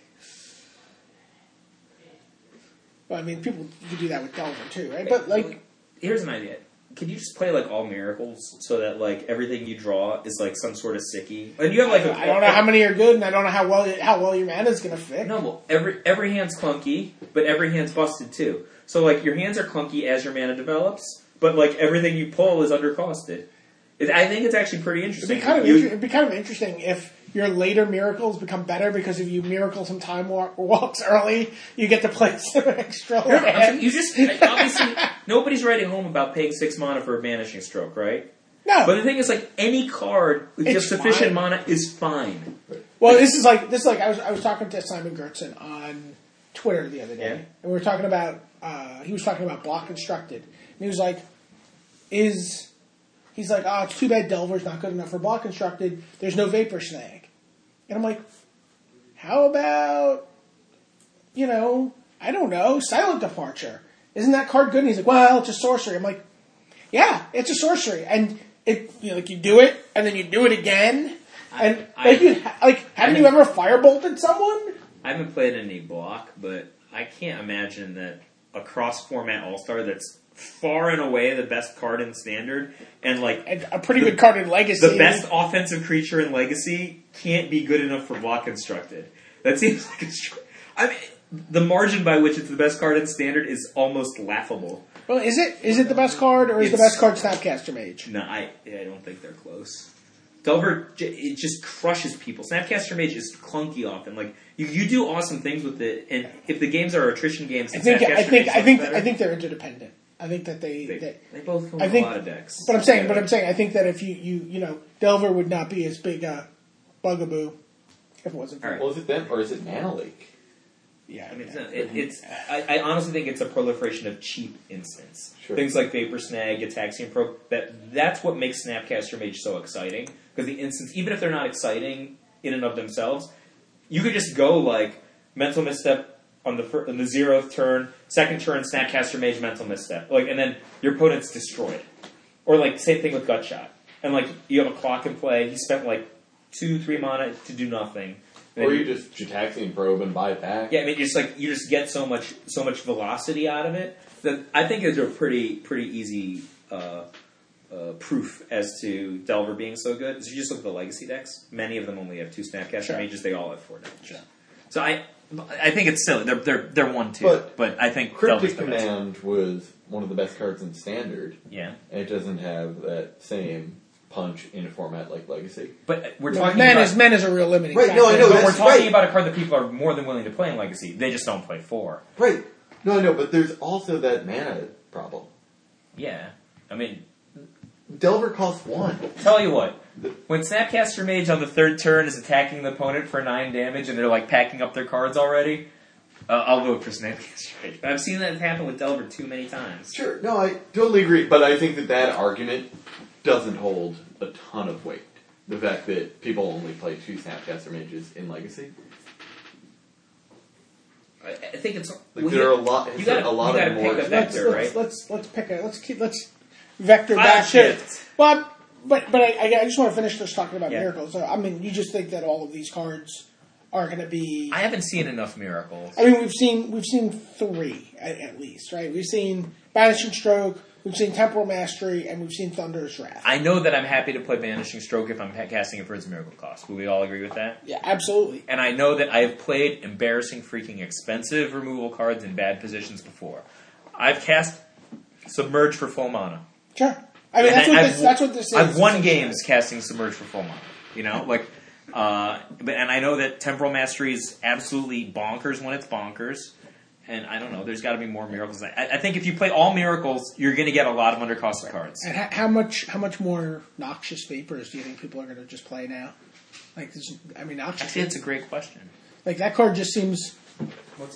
B: Well, I mean, people you could do that with Delver too, right? But like,
A: here's an idea. Could you just play like all miracles so that like everything you draw is like some sort of sicky? And you have like I
B: I don't know how many are good, and I don't know how well how well your mana is going to fit.
A: No, well, every every hand's clunky, but every hand's busted too. So like your hands are clunky as your mana develops, but like everything you pull is undercosted. It, I think it's actually pretty
B: It'd be
A: interesting.
B: kind of
A: You-
B: inter- it'd be kind of interesting if your later miracles become better because if you miracle some time wa- walks early, you get to play some extra.
A: I'm sorry,
B: land.
A: you just like, obviously nobody's writing home about paying six mana for a vanishing stroke, right?
B: no,
A: But the thing is, like any card with just
B: It's
A: sufficient
B: fine.
A: mana is fine.
B: well, this is like this is like I was I was talking to Simon Gertzen on Twitter the other day,
A: Yeah.
B: and we were talking about uh, he was talking about block constructed, and he was like, "Is he's like, oh, it's too bad Delver's not good enough for block constructed. There's no vapor snag," and I'm like, "How about you know, I don't know, Silent Departure. Isn't that card good? And he's like, well, it's a sorcery. I'm like, yeah, it's a sorcery. And it, you know, like you do it, and then you do it again. And
A: I-
B: like, you, like, haven't you ever firebolted someone?
A: I haven't played any block, but I can't imagine that a cross format all star that's far and away the best card in standard and like
B: And a pretty
A: The-
B: good card in Legacy.
A: the best offensive creature in Legacy can't be good enough for block constructed. That seems like a str- I mean, the margin by which it's the best card in standard is almost laughable.
B: Well, is it is it the best card or is the
A: It's-
B: best card Snapcaster Mage?
A: No, I I don't think they're close. Delver j- it just crushes people. Snapcaster Mage is clunky often. Like you, you do awesome things with it, and if the games are attrition games,
B: I think
A: Snapcaster
B: I think
A: Mage
B: I think
A: looks
B: I
A: better.
B: think they're interdependent. I think that they,
A: they,
B: they
A: they both come
B: I
A: with
B: think-
A: a lot of decks.
B: But I'm saying, but I'm saying, I think that if you you you know, Delver would not be as big a bugaboo if it wasn't for
A: All right.
C: Well, is it them or is it Mana Leak?
B: yeah.
A: I mean, it's, not, it, it's I, I honestly think it's a proliferation of cheap instants.
C: Sure.
A: Things like Vapor Snag, Ataxian Pro. That that's what makes Snapcaster Mage so exciting because the instants, even if they're not exciting in and of themselves, you could just go like mental misstep on the fir- on the zeroth turn, second turn, Snapcaster Mage, mental misstep, like, and then your opponent's destroyed. Or like same thing with Gutshot, and like you have a clock in play. He spent like two, three mana to do nothing. And
C: Or
A: then
C: you just Jataxian probe and buy it back?
A: yeah, I mean, just like you just get so much so much velocity out of it that I think it's a pretty pretty easy uh, uh, proof as to Delver being so good. So you just look at the legacy decks; many of them only have two Snapcaster
B: Sure.
A: mages. They all have four damage.
B: Sure.
A: So I I think it's silly. They're they're they're one two,
C: But-
A: I think Delver's the
C: Cryptic
A: best.
C: Command was one of the best cards in Standard,
A: Yeah,
C: and it doesn't have that same punch in a format like Legacy.
A: but we're
B: No,
A: talking
B: men
A: about
B: is men is a real limiting
C: Right,
B: factor.
C: no, I know.
A: but we're
C: that's
A: talking
C: right.
A: about a card that people are more than willing to play in Legacy. They just don't play four.
C: Right. No, I know, but there's also that mana problem.
A: Yeah, I mean,
C: Delver costs one.
A: Tell you what, when Snapcaster Mage on the third turn is attacking the opponent for nine damage and they're like packing up their cards already, uh, I'll vote for Snapcaster Mage. But I've seen that happen with Delver too many times.
C: Sure, no, I totally agree, but I think that that argument doesn't hold a ton of weight. The fact that people only play two Snapcaster Mages in Legacy.
A: I, I think it's
C: Like,
A: well,
C: there
A: you-
C: are a lot,
A: you
C: it's
A: gotta-
C: a lot
A: you
C: of
A: gotta
C: more.
A: pick up that-
B: Let's,
A: Vector,
B: let's,
A: right?
B: let's let's pick a let's keep let's vector
A: Ah,
B: back to
A: shit.
B: well, but but I, I just want to finish this talking about
A: Yeah.
B: miracles. So, I mean, you just think that all of these cards are going to be.
A: I haven't seen enough miracles.
B: I mean, we've seen we've seen three at, at least, right? We've seen Banishing Stroke, we've seen Temporal Mastery, and we've seen Thunderous Wrath.
A: I know that I'm happy to play Vanishing Stroke if I'm pa- casting it for its miracle cost. Will we all agree with that?
B: yeah, absolutely.
A: And I know that I have played embarrassing, freaking expensive removal cards in bad positions before. I've cast Submerge for full mana.
B: Sure. I mean, that's
A: And
B: what,
A: I-
B: this, that's what this is.
A: I've won
B: essentially.
A: games casting Submerge for full mana. You know, like, uh, but, and I know that Temporal Mastery is absolutely bonkers when it's bonkers. And I don't know. There's got to be more miracles. I, I think if you play all miracles, you're going to get a lot of undercosted cards.
B: And how, how much how much more noxious vapors do you think people are going to just play now? Like, this, I mean, noxious.
A: Actually, that's a great question.
B: Like that card just seems.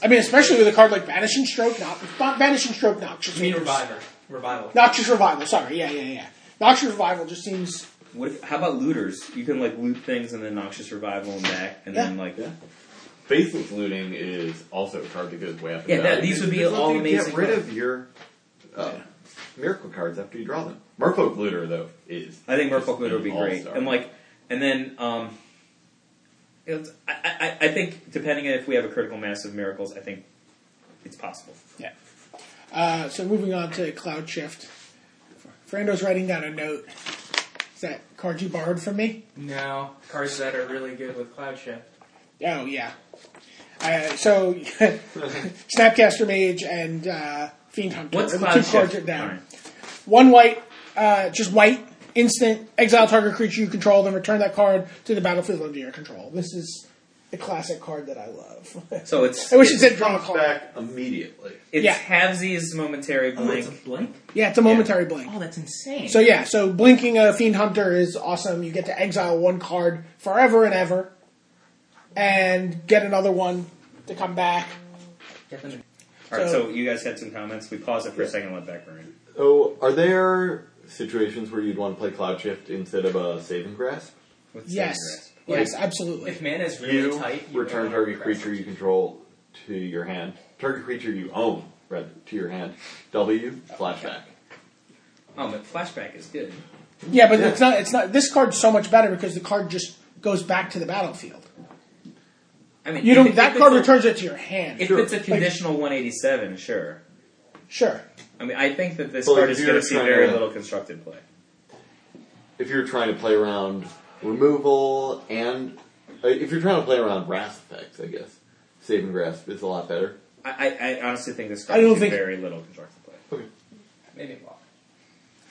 B: I mean, especially with a card like Vanishing Stroke, not not Vanishing Stroke, Noxious.
D: You mean
B: Vapors.
D: reviver, revival.
B: Noxious Revival. Sorry, yeah, yeah, yeah. Noxious Revival just seems.
E: What if, how about looters? You can like loot things and then noxious revival and back, and then like
C: Yeah. Faceless looting is also a card that goes way up. in
E: Yeah, that-
C: value.
E: these would be
C: Because
E: all
C: you
E: amazing
C: Get rid
E: cards.
C: of your uh, miracle cards after you draw them. Merfolk looter though is.
E: I think Merfolk
C: just
E: looter would be
C: an
E: great.
C: all-star.
E: And like, and then um, it's, I, I I think depending on if we have a critical mass of miracles, I think it's possible.
B: Yeah. Uh, so moving on to Cloud Shift. Frando's writing down a note. Is that card you borrowed from me?
D: No, cards that are really good with cloud shift.
B: Oh yeah. Uh, so Snapcaster Mage and uh, Fiend Hunter.
E: What's
B: are the
E: cloud
B: two cards
E: shift?
B: are down.
E: All right.
B: One white, uh, just white, instant, exile target creature you control, then return that card to the battlefield under your control. This is the classic card that I love.
E: So it's
B: I wish it said draw a
C: comes
B: card.
C: back immediately.
E: it's
B: yeah.
E: Havzi's momentary
C: Oh,
E: blank.
A: blank?
B: Yeah, it's a momentary blink.
A: that's insane.
B: So yeah, so blinking a fiend hunter is awesome. You get to exile one card forever and ever, and get another one to come back.
D: Get them.
E: All right,
B: So-
E: so, you guys had some comments. We paused it for a second, and let that burn.
C: Oh, are there situations where you'd want to play Cloud Shift instead of a Saving Grasp?
E: What's
B: Yes,
E: that?
B: yes, absolutely.
D: If mana is really
C: you
D: tight, you
C: return
D: want
C: target
D: to
C: creature you control to your hand. Target creature you own, red, to your hand. W, flashback.
E: Oh, but flashback is good.
B: Yeah, but
C: Yeah.
B: it's not. It's not. This card's so much better because the card just goes back to the battlefield.
E: I mean,
B: You
E: if
B: don't.
E: it-
B: That
E: if
B: card
E: it's a-
B: returns it to your hand.
E: If it's a conditional 187, sure.
B: Sure.
E: I mean, I think that this
C: Well,
E: card is
C: if you're
E: going to see
C: trying
E: very
C: to-
E: little constructed play.
C: If you're trying to play around removal and. uh, If you're trying to play around Wrath effects, I guess. Saving Grasp is a lot better.
A: I, I, I honestly think this
B: I
A: card
B: don't
A: has
B: think-
A: very little constructive play.
D: Maybe a block.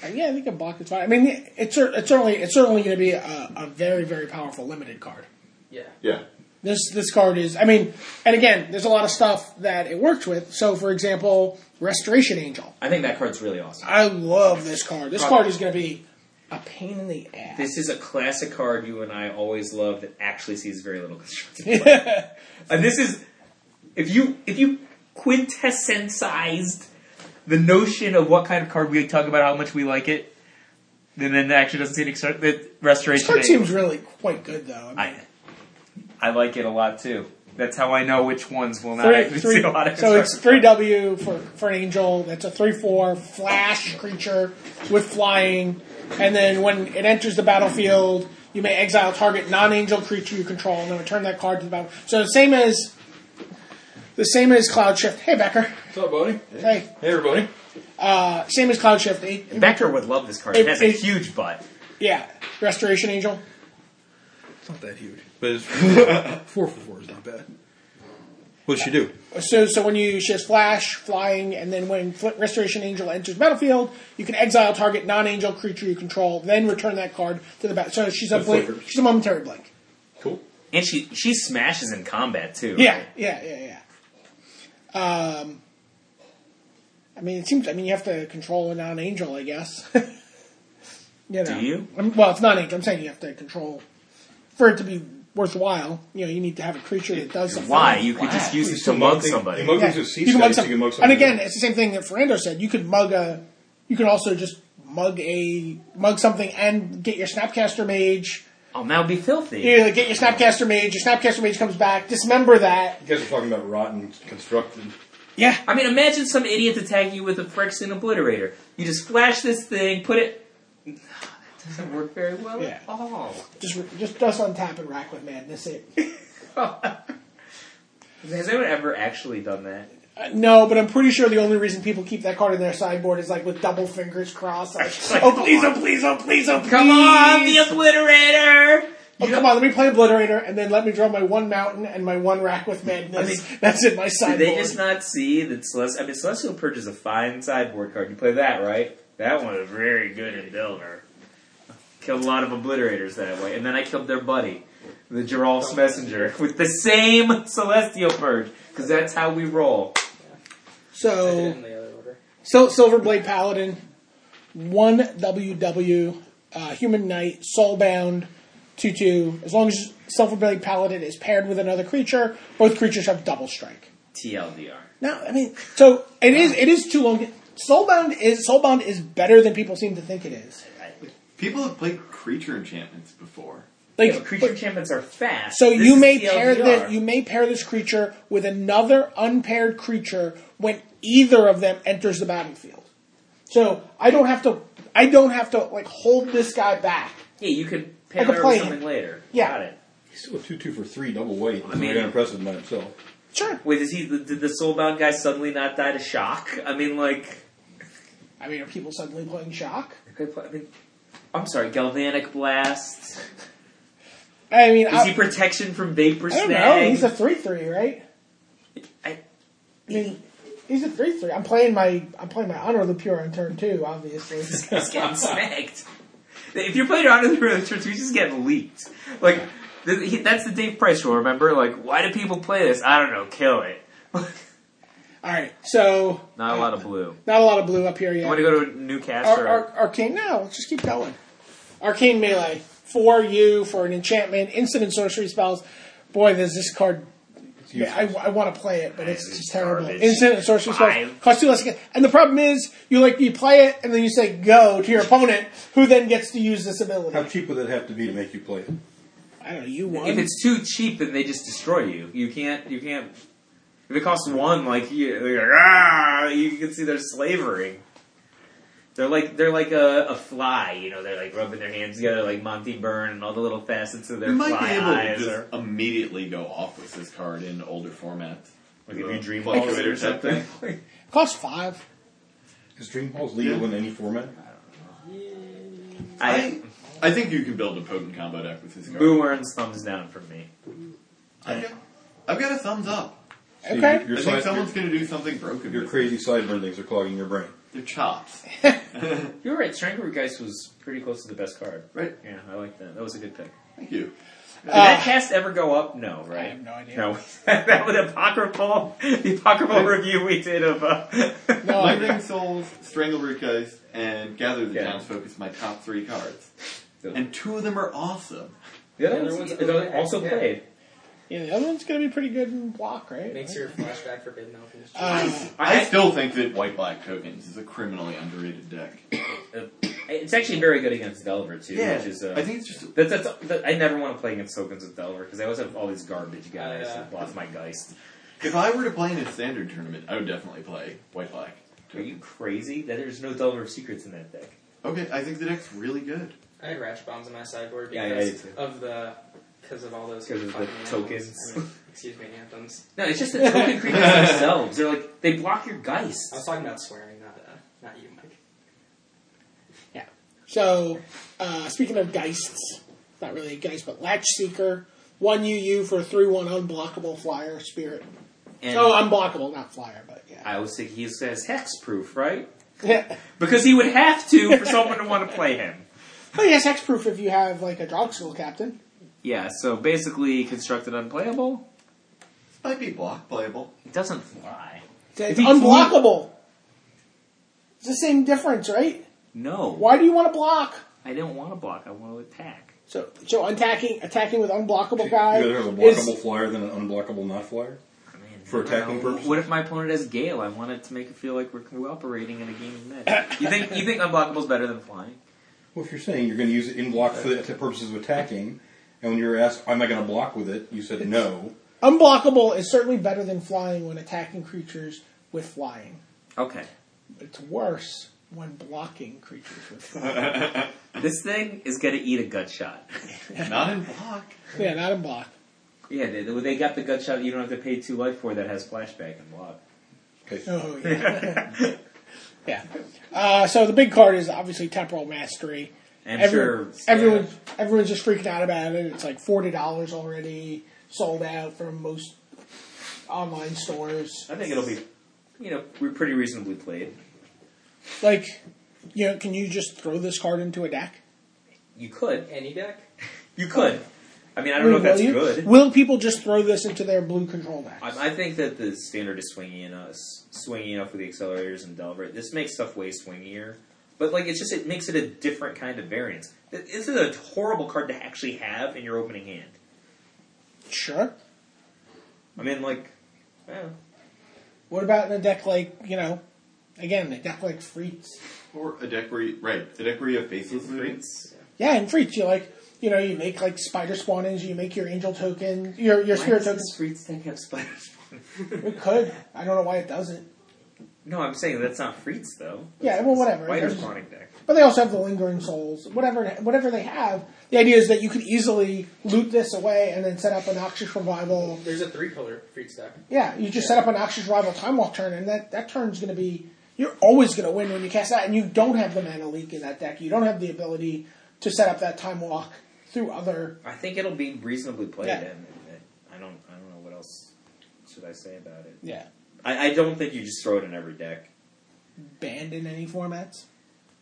B: Uh, yeah, I think a block is fine. I mean, it's cer- it's certainly it's certainly going to be a, a very very powerful limited card.
D: Yeah.
C: Yeah.
B: This this card is. I mean, and again, there's a lot of stuff that it works with. So, for example, Restoration Angel.
E: I think that card's really awesome.
B: I love this card. This
E: Probably.
B: card is going to be a pain in the ass.
A: This is a classic card you and I always love that actually sees very little constructive play.
B: yeah,
A: And this is if you if you quintessensized the notion of what kind of card we talk about, how much we like it, then then it actually doesn't see any construct- the
B: this
A: restoration.
B: card
A: angle.
B: seems really quite good though. I mean,
A: I I like it a lot too. That's how I know which ones will not actually
B: three,
A: see
B: three,
A: a lot of
B: so it's
A: constructive
B: three W for for an angel. That's a three four flash creature with flying, and then when it enters the battlefield, you may exile target non angel creature you control, and then return that card to the battle. So the same as the same as Cloud Shift. Hey Becker.
F: What's up, buddy?
B: Hey,
F: Hey, everybody.
B: uh, same as Cloud Shift. eh?
A: play. Becker would love this card. It,
B: It-
A: has a
B: it-
A: huge butt.
B: Yeah, Restoration Angel.
F: It's not that huge, but it's four for four is not bad. What does she do?
B: So, so when you she has flash, flying, and then when Fl- Restoration Angel enters battlefield, you can exile target non-angel creature you control, then return that card to the back. So she's a blink,
F: flicker.
B: she's a momentary blink.
F: Cool.
A: And she she smashes in combat too.
B: Yeah, yeah, yeah, yeah. Um, I mean, it seems. I mean, you have to control a non-angel, I guess. you know.
A: Do you?
B: I'm, well, it's non-angel. I'm saying you have to control for it to be worthwhile. You know, you need to have a creature that does something.
A: Why? You could just use it to mug somebody.
F: Mug
B: Yeah.
F: into sea
B: You can mug
F: space,
B: some-
F: you can mug
B: and
F: somebody.
B: again, it's the same thing that Fernando said. You could mug a, you can also just mug a mug something and get your Snapcaster Mage.
A: Oh, that would be filthy.
B: You know, get your Snapcaster Mage. Your Snapcaster Mage comes back. Dismember that.
F: You guys are talking about rotten constructed.
B: Yeah.
A: I mean, imagine some idiot attacking you with a Frickson obliterator. You just flash this thing, put it. That doesn't work very well
B: Yeah.
A: at all.
B: Just just just untap and rack with madness. It.
A: Has anyone ever actually done that?
B: Uh, no, but I'm pretty sure the only reason people keep that card in their sideboard is like with double fingers crossed. Like,
A: like,
B: oh
A: come
B: please,
A: on.
B: oh please, oh please, oh please.
A: Come on, the obliterator!
B: Oh, come on, let me play Obliterator and then let me draw my one mountain and my one rack with madness. That's in my
A: Did
B: sideboard.
A: they just not see that Celestial? I mean, Celestial Purge is a fine sideboard card. You play that, right? That one is very good in Delver. Killed a lot of obliterators that way, and then I killed their buddy, the Geralt's Messenger, with the same Celestial Purge, because that's how we roll.
D: I did
B: so
D: it in the other order.
B: So Silverblade Paladin, one WW, uh, Human Knight, Soulbound, two two. As long as Silverblade Paladin is paired with another creature, both creatures have double strike.
A: TLDR.
B: No, I mean, so it is it is too long. Soulbound is Soulbound is better than people seem to think it is.
C: People have played creature enchantments before.
B: Like
A: Yeah, but creature enchantments are fast.
B: So
A: This
B: you
A: is
B: may
A: TLDR.
B: pair this. You may pair this creature with another unpaired creature when either of them enters the battlefield. So I don't have to. I don't have to like hold this guy back.
A: yeah, you can
B: I
A: pair
B: could
A: it
B: play
A: with something
B: him.
A: later.
B: Yeah.
A: Got it.
F: He's still a 2 2 for 3 double weight. I
A: mean-
F: mean, impressive by himself.
B: Sure.
A: Wait, is he? Did the soulbound guy suddenly not die to shock? I mean, like,
B: I mean, are people suddenly playing shock?
A: they play, I mean, I'm sorry, galvanic blast.
B: I mean,
A: Is
B: I,
A: he protection from vapor
B: Uh, I don't know.
A: snag?
B: He's a three three, right?
A: I-
B: I mean, he's a three three. I'm playing my I'm playing my honor of the pure on turn two, obviously.
A: He's getting snagged. If you're playing around in the room, he's just getting leaked. Like th- he- that's the Dave Price rule. Remember, like, why do people play this? I don't know. Kill it.
B: All right, so
A: not a lot of blue.
B: not a lot of blue up here yet.
A: I want to go to Newcastle.
B: Ar- Ar- arcane. No, let's just keep going. Arcane melee for you for an enchantment, instant and sorcery spells. Boy, there's this card. Yeah, I, want to play it, but it's
A: It's
B: just terrible.
A: garbage.
B: Instant and sorcery spells
A: Five.
B: cost two less. again. And the problem is, you like you play it, and then you say go to your opponent, who then gets to use this
F: How
B: ability.
F: cheap would that have to be to make you play it?
B: I don't know. You
A: If
B: won.
A: it's too cheap, then they just destroy you. You can't. You can't. If it costs one, like you, they're like, ah, you can see they're slavering. They're like they're like a, a fly. You know, they're like rubbing their hands together, like Monty Byrne, and all the little facets of their
C: You might
A: fly
C: be able to
A: eyes.
C: just
A: Or,
C: immediately go off with this card in older formats.
A: like if you
C: Well,
A: dream
C: like
A: balls it or
C: Twitter type
A: something.
B: Cost five.
F: Is Dream Balls legal
C: Yeah.
F: in any format?
A: I
C: I, I think you can build a potent combo deck with this card.
A: Boo earns thumbs down from me.
C: I've got- I've got a thumbs up.
G: So you-
B: Okay.
G: your
C: I think
G: side-
C: someone's going to do something broken.
G: your
C: with
G: crazy sideburn things are clogging your brain.
C: it. They're chops.
A: You're right. Strangler Geist was pretty close to the best card.
C: Right.
A: Yeah, I like that. That was a good pick.
C: Thank you.
A: Did that cast ever go up? Uh, No, right?
B: I have no idea.
A: No, that was apocryphal. The apocryphal review we did of. Uh,
B: No idea.
C: Lightning Souls, Strangle Root Geist, and Gather the
A: Yeah.
C: Townsfolk is my top three cards.
A: Good.
C: And two of them are awesome.
A: the other
D: Yeah,
A: ones,
D: one's-
A: the other- also
D: yeah.
A: played.
B: Yeah, the other one's gonna be pretty good in block, right?
D: Makes your flashback forbidden alchemist.
B: Uh,
C: I, still think that White Black Tokens is a criminally underrated deck.
A: Uh, It's actually very good against Delver too, which is. Uh,
C: I think it's just
A: that's, that's, that, I never want to play against tokens with Delver because I always have all these garbage guys
D: Yeah.
A: that lost my Geist.
C: if I were to play in a standard tournament, I would definitely play White Black.
A: Are you crazy? That there's no Delver of secrets in that deck.
C: Okay, I think the deck's really good.
D: I had ratchet bombs in my sideboard
A: Yeah,
D: because
A: yeah, I did too.
D: of the because of all those
A: 'Cause of the
D: fucking
A: tokens.
D: anthems. I mean, excuse me, anthems.
A: No, it's just the token creatures themselves. They're like they block your Geist.
D: I was talking about swearing, not uh, not you, Mike.
B: So, uh, speaking of geists, not really a geist, but Latch Seeker, 1 UU for a 3 1 unblockable flyer spirit.
A: And
B: Oh, unblockable, not flyer, but yeah.
A: I always think he says hex proof, right?
B: Yeah.
A: Because he would have to for someone to want to play him.
B: But Oh, yes, hex proof if you have like a Drog School captain.
A: Yeah, so basically constructed unplayable.
C: This might be block playable.
A: It doesn't fly.
B: It's
A: he
B: unblockable. It's the same difference, right?
A: No.
B: Why do you want to block?
A: I don't want to block, I want to attack.
B: So, so attacking, attacking with unblockable guy.
G: You rather have a
B: is-
G: blockable flyer than an unblockable not flyer.
A: I mean,
G: For attacking
A: well,
G: purposes?
A: What if my opponent has Gale? I want it to make it feel like we're cooperating in a game of net. You think you think unblockable's better than flying?
G: Well, if you're saying you're going to use it in block for the, the purposes of attacking, and when you were asked, "Am I going to block with it?" you said no.
B: unblockable is certainly better than flying when attacking creatures with flying.
A: Okay.
B: It's worse when blocking creatures with flying.
A: This thing is gonna eat a gut shot.
C: Not in block.
B: yeah, not in block.
A: Yeah, they, they got the gut shot you don't have to pay two life for that has flashback and block.
G: Okay.
B: Oh yeah. yeah. Uh, so the big card is obviously temporal mastery.
A: I'm
B: Everyone,
A: sure
B: everyone, everyone's just freaking out about it. It's like forty dollars already, sold out from most online stores.
A: I think it'll be you know, we're pretty reasonably played.
B: Like, you know, can you just throw this card into a deck?
A: You could.
D: Any deck?
A: You could. I mean, I don't know if
B: Will
A: that's
B: you-
A: good.
B: Will people just throw this into their blue control deck?
A: I, I think that the standard is uh, swingy enough, swingy enough with the accelerators and Delver. This makes stuff way swingier, but like it's just it makes it a different kind of variance. Th- This is a horrible card to actually have in your opening hand.
B: Sure.
A: I mean, like, eh,
B: What about in a deck like you know, again, a deck like Freaks?
C: Or a deck where you, right, a deck where you have faceless movement.
A: it's-
B: Yeah, and Freaks, you like, you know, you make like spider spawnings, you make your angel token, your your spirit
A: why does
B: tokens.
A: Freaks deck have spiders?
B: It could. I don't know why it doesn't.
A: no, I'm saying that's not Freaks though.
B: Yeah, well, whatever.
A: Spider
B: It doesn't-
A: spawning deck.
B: But they also have the lingering souls. Whatever whatever they have, the idea is that you could easily loot this away and then set up a Noxious Revival.
D: There's a three color freak stack.
B: Yeah, you just set up a Noxious Revival Time Walk turn, and that, that turn's going to be. You're always going to win when you cast that, and you don't have the mana leak in that deck. You don't have the ability to set up that Time Walk through other.
A: I think it'll be reasonably played.
B: Yeah.
A: And, and I don't, I don't know what else should I say about it.
B: Yeah.
A: I, I don't think you just throw it in every deck.
B: Banned in any formats.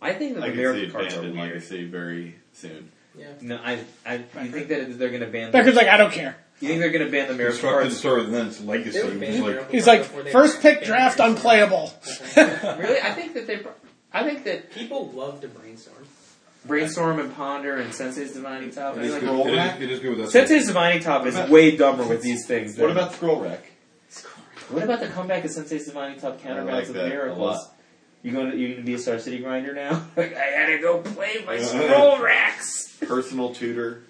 A: I think that
C: I
A: the
C: can see
A: miracle
C: it
A: cards
C: banned
A: are
C: in
A: weird.
C: Legacy very soon.
D: Yeah.
A: No, I, I you think that they're going to ban.
B: Becker's like, I don't care.
A: you think they're going to ban the miracle
G: Constructed
A: cards?
G: star, and then it's legacy.
D: They would
G: which
D: ban
G: is like,
D: Miracle
B: He's
D: Card
B: like,
D: before they
B: first pick
D: banned
B: draft
D: Freaks.
B: unplayable.
A: really, I think that they. I think that
D: People love to brainstorm.
A: brainstorm and ponder and Sensei's divining top.
G: it
A: I mean,
G: is
A: like,
G: good-
A: roll
G: it is-
A: back.
G: it is good with that.
A: Sensei's divining top is
C: about-
A: way dumber with these things.
C: What
A: than-
C: about Scroll Wreck?
A: what about the comeback of Sensei's divining top counterbalance
C: like
A: of
C: that a
A: miracles?
C: lot.
A: You going to you going to be a Star City grinder now? like I gotta go play my scroll racks.
C: Personal Tutor.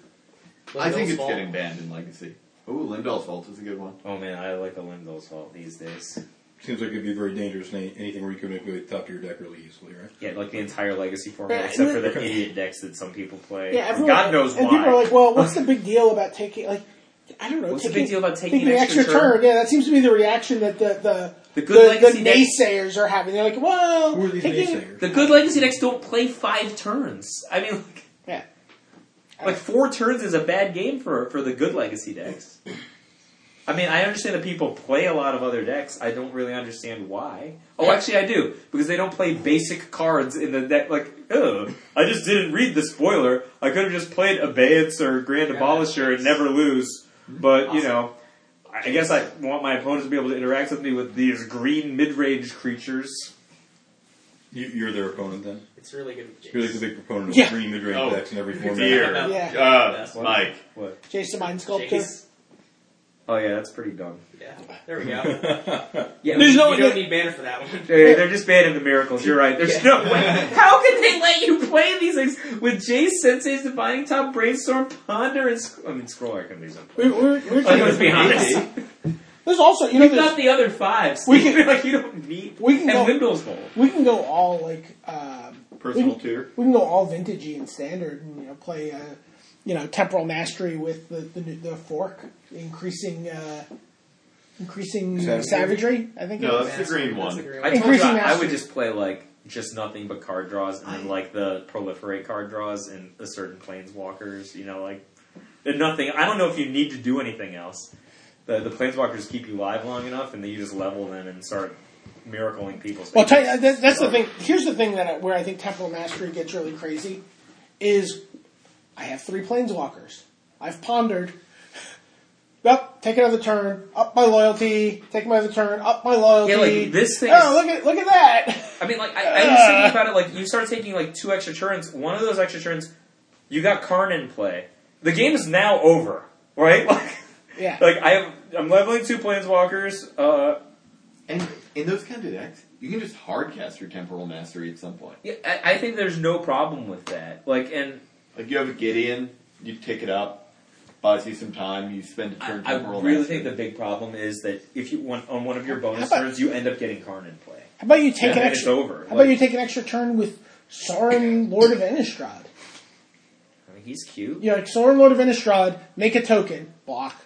C: I
D: Lindell's
C: think it's
D: Vault.
C: getting banned in Legacy. Ooh, Lindel's Vault is a good one.
A: Oh man, I like a Lindel's fault these days.
G: Seems like it'd be very dangerous. Any, anything where you could manipulate the top of your deck really easily, right?
A: Yeah, like the entire legacy format,
B: Yeah,
A: except
B: and
A: for
B: the-
A: the idiot decks that some people play.
B: Yeah,
A: And
B: everyone,
A: God knows
B: and
A: why.
B: people are like, well, what's the big deal about taking like I don't know.
A: What's the
B: taking,
A: big deal about taking
B: taking an extra, turn? Yeah, that seems to be the reaction that the the
A: The good
B: the,
A: legacy deck-
B: naysayers are having. They're like, well,
G: Who are these
B: taking-
G: naysayers?
A: The good legacy decks don't play five turns. I mean, like,
B: Yeah,
A: like four turns is a bad game for for the good legacy decks. I mean, I understand that people play a lot of other decks. I don't really understand why. Oh, actually, I do because they don't play basic cards in the deck. Like, ugh, I just didn't read the spoiler. I could have just played Abeyance or Grand
D: Yeah.
A: Abolisher and never lose. But you
D: Awesome.
A: know, I guess I want my opponents to be able to interact with me with these green mid-range creatures.
G: You, you're their opponent then.
D: It's really good. with
G: You're
D: Jason.
G: like a big proponent of
B: Yeah.
G: green mid-range
C: Oh,
G: decks in every format.
C: dear.
B: Yeah.
C: Uh, Mike.
A: What?
B: Jason Mind Sculptor.
D: Jason.
A: Oh yeah, that's pretty dumb.
D: Yeah, there we go.
A: Yeah,
B: There's no-
D: you don't need mana for that one.
A: Hey, they're just banning the miracles. You're right. There's no way. How can they let you play these things with Jay Sensei's Divining Top, Brainstorm, Ponder, and Sc- I mean Scroll? I can be something.
B: We- we- we-
A: Like, let's be honest.
B: There's also you know
A: You've
B: there's,
A: got the other five.
B: We
A: We
B: can-
A: like you don't need.
B: we can
A: and
B: go-
A: Window's Bowl.
B: we can go all like um,
C: Personal
B: we,
C: tutor.
B: we can go all vintagey and standard and you know play uh, you know temporal mastery with the the, new- the fork increasing uh, increasing
G: Savagery?
B: savagery. I think
C: No,
B: it was.
C: that's the green
D: That's
C: one.
D: the green
A: I
D: one.
A: told you
B: Increasing
A: I, I
B: mastery.
A: would just play like just nothing but card draws, and then like the proliferate card draws and the certain planeswalkers. You know, like and nothing. I don't know if you need to do anything else. The the planeswalkers keep you live long enough, and then you just level them and start miracling people.
B: Well, tell you, uh, that, that's the thing. Here's the thing that I, where I think temporal mastery gets really crazy is I have three planeswalkers. I've pondered. Well, take another turn. Up my loyalty. Take another turn. Up my loyalty.
A: Yeah, like, this thing
B: Oh,
A: is-
B: look at look at that.
A: I mean, like I, I was thinking about it. Like you start taking like two extra turns. One of those extra turns, you got Karn in play. The game is now over, right? Like,
B: Yeah.
A: like I have, I'm leveling two planeswalkers. Uh,
C: And in those kind of decks, you can just hardcast your temporal mastery at some point.
A: yeah, I, I think there's no problem with that. Like, and
C: Like you have a Gideon, you take it up, buys you some time, you spend a
A: I,
C: turn
A: I
C: temporal
A: really
C: mastery.
A: think the big problem is that if you want on one of your bonus
B: How about-
A: turns, you end up getting Karn in play.
B: How about you take
A: and
B: an
A: then it's
B: extra?
A: over.
B: How
A: Like,
B: about you take an extra turn with Sauron, Lord of Innistrad?
A: I mean, he's cute.
B: You know, like Sauron, Lord of Innistrad, make a token, block.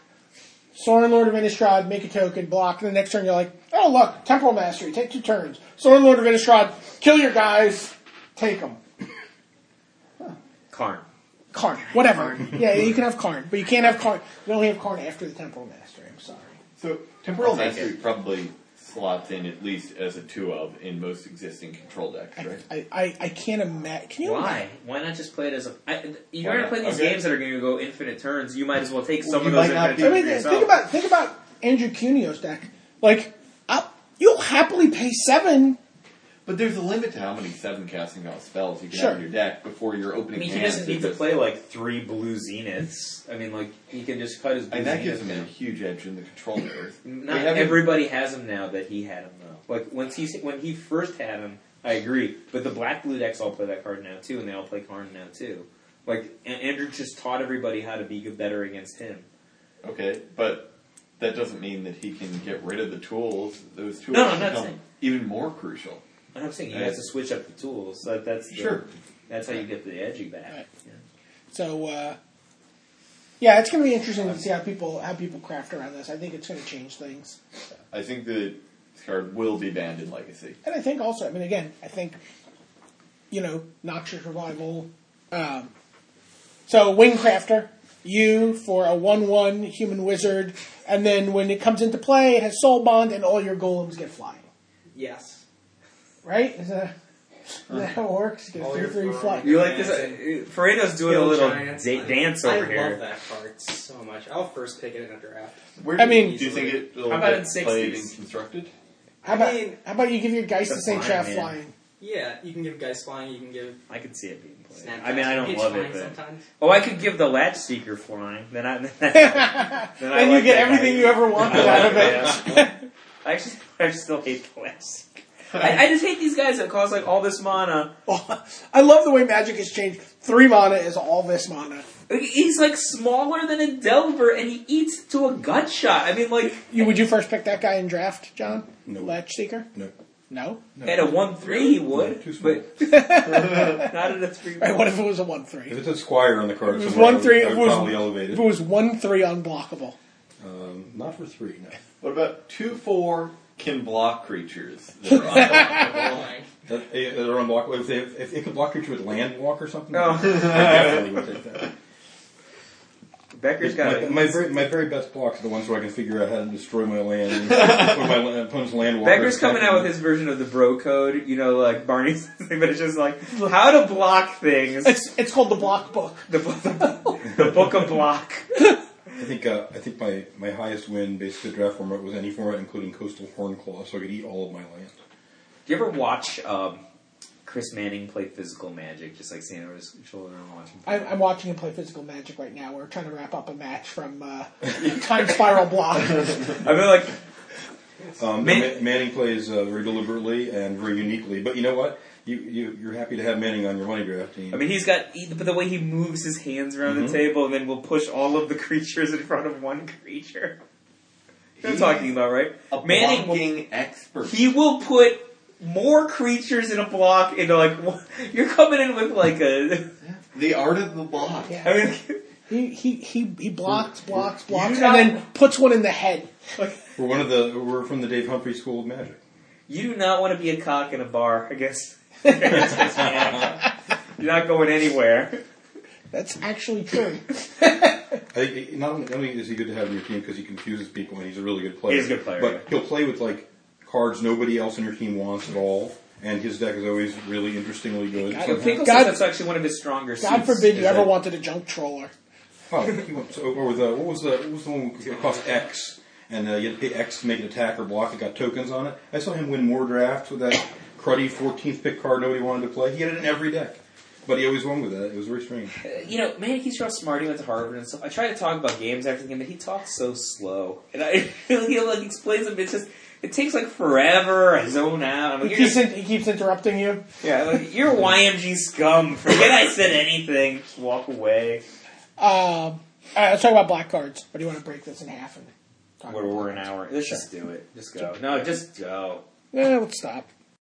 B: Sauron, Lord of Innistrad, make a token, block. And the next turn you're like, oh look, Temporal Mastery, take two turns. Sauron, Lord of Innistrad, kill your guys, take them.
A: Karn.
B: Karn, whatever. yeah, you can have Karn, but you can't have Karn. You only have Karn after the Temporal Mastery. I'm sorry.
C: so temporal
A: I'll take
C: mastery probably slots in at least as a two of in most existing control decks, right?
B: I, I, I can't imagine. Can you?
A: Why? Why not just play it as a? I, you're
C: Why
A: gonna
C: not?
A: play these
C: Okay.
A: games that are gonna go infinite turns. You might as well take
C: Well,
A: some
C: you
A: of those
C: might not
A: infinite
C: be-
B: I
A: turns.
B: mean,
A: for yourself.
B: think about think about Andrew Cuneo's deck. Like, up, you'll happily pay seven.
C: But there's a limit to how many seven casting out spells you can
B: Sure.
C: have in your deck before your
A: I
C: opening
A: mean, he
C: hand.
A: doesn't need
C: is
A: to
C: just-
A: play like three blue zeniths. I mean, like he can just cut his. Blue
C: And that gives
A: zeniths
C: him a
A: down.
C: huge edge in the control wars.
A: Not everybody has him now that he had him though. Like once he when he first had him, I agree. But the black blue decks all play that card now too, and they all play Karn now too. Like A- Andrew just taught everybody how to be good better against him.
C: Okay, but that doesn't mean that he can get rid of the tools. Those tools
A: No, no, I'm not
C: become
A: saying-
C: even more crucial.
A: And I'm saying you
C: Right.
A: have to switch up the tools. That, that's the-
C: Sure.
A: That's how you get the edgy back.
B: Right.
A: Yeah.
B: So uh, yeah, it's going to be interesting to see how people how people craft around this. I think it's going to change things,
C: I think the card will be banned in Legacy.
B: and I think also, I mean, again, I think you know, Noxious Revival. Um, so Wingcrafter, you for a one-one human wizard, and then when it comes into play, it has Soul Bond, and all your golems get flying.
D: Yes.
B: Right? Is that, is that how it works? You get
D: All
B: three,
D: your
B: three
D: fur-
B: flying.
A: You like this?
D: Amazing.
A: Uh, Fredo's doing a
D: Hill
A: little
D: Giants.
A: da- dance
D: I
A: over here.
D: love that card so much. I'll first pick it in a draft.
C: Where
B: I
C: do-
B: mean-
C: do you think it will
A: How about
C: get
A: in 60s?
C: played and constructed?
B: How
D: I
B: about
D: mean-
B: how about you give your Geist the
A: That's
B: St.
A: fine,
B: Shaft
A: man.
B: flying?
D: Yeah, you can give Geist Flying, you can give
A: I could see it being played.
D: Snapcaster.
A: I mean, I don't
D: It's
A: love
D: flying
A: it, but
D: Sometimes.
A: oh, I could give the Latch Seeker flying. Then I then, I
B: Then you
A: like
B: get
A: that
B: everything
A: guy.
B: you ever wanted
A: I
B: out of it.
A: like that. I actually I still hate the Latch Seeker. I, I just hate these guys that cause like all this mana.
B: Oh, I love the way magic has changed. Three mana is all this mana.
A: He's like smaller than a Delver, and he eats to a gut shot. I mean, like
B: You, would you first pick that guy in draft, John?
G: No.
B: Latch Seeker?
G: No.
B: No?
A: at a one three, he would,
G: Too small.
A: but not at a three.
B: Right, what if it was a
G: If
B: 1-3?
G: it's a squire on the card,
B: If it was
G: somewhere,
B: 1-3,
G: I would-
B: if
G: I
B: it
G: would probably
B: was,
G: elevate
B: if
G: it.
B: it was 1-3 unblockable.
G: Um, not for three, no.
C: What about two four can block creatures? That are
D: Flying.
G: That, eh, that are unblockable. If, they, if it could block creature with land walk or something,
A: Oh.
G: I definitely would take that.
A: Becker's got
G: My,
A: a
G: my, very, my very best blocks are the ones where I can figure out how to destroy my land and put my la- opponent's land water.
A: Becker's coming out with his version of the bro code, you know, like Barney's thing, but it's just like how to block things.
B: It's it's called the block book.
A: The, bu- the book of block.
G: I think uh, I think my, my highest win based on draft format was any format including coastal hornclaw, so I could eat all of my land.
A: Do you ever watch um, Chris Manning play physical magic, just like standing over his shoulder and watching?
B: I'm, I'm watching him play physical magic right now. We're trying to wrap up a match from uh, Time Spiral Block.
A: I mean, like
G: Um,
A: Man-
G: Ma- Manning plays uh, very deliberately and very uniquely, but you know what? You, you you're happy to have Manning on your money draft team.
A: I mean, he's got he- but the way he moves his hands around
C: Mm-hmm.
A: the table, and then will push all of the creatures in front of one creature. You're
C: He's
A: talking about right?
C: A
A: Manning will-
C: blocking expert.
A: He will put more creatures in a block into like one, you're coming in with like a.
C: the art of the block.
B: Yeah.
A: I mean,
B: He he he he blocks, blocks, blocks,
A: know-
B: and then puts one in the head.
A: like
G: we're one of the we're from the Dave Humphrey School of Magic.
A: you do not want to be a cock in a bar. I guess. you're not going anywhere.
B: That's actually true.
G: I think not only, not only is he good to have in your team because he confuses people and he's a really good player.
A: He is a good player,
G: but
A: yeah.
G: he'll play with like cards nobody else in your team wants at all, and his deck is always really interestingly good.
A: But
G: somehow.
A: Finkel
B: God-
A: says that's actually one of his stronger suits.
B: God forbid you
G: is
B: ever
G: that-
B: wanted a junk troller.
G: Oh, he went so, or the, what was the what was the one that cost X and uh, you had to pay X to make an attack or block. It got tokens on it. I saw him win more drafts with that cruddy 14th pick card nobody wanted to play. He had it in every deck, but he always won with that. It was very strange.
A: you know, man, he's real smart. He went to Harvard and stuff. I try to talk about games after the game, but he talks so slow, and I he like explains them. It just it takes like forever. I zone out. I'm
B: He
A: like,
B: keeps,
A: you're,
B: in, he keeps interrupting you. Um,
A: yeah, like, you're YMG scum. Forget I said anything. Just walk away.
B: Um, all right, let's talk about black cards. Or do you want to break this in half? And talk
A: We're,
B: about
A: we're an
B: black
A: hour. Let's just do it. Just go. No, just go.
B: cards? Eh, let's stop.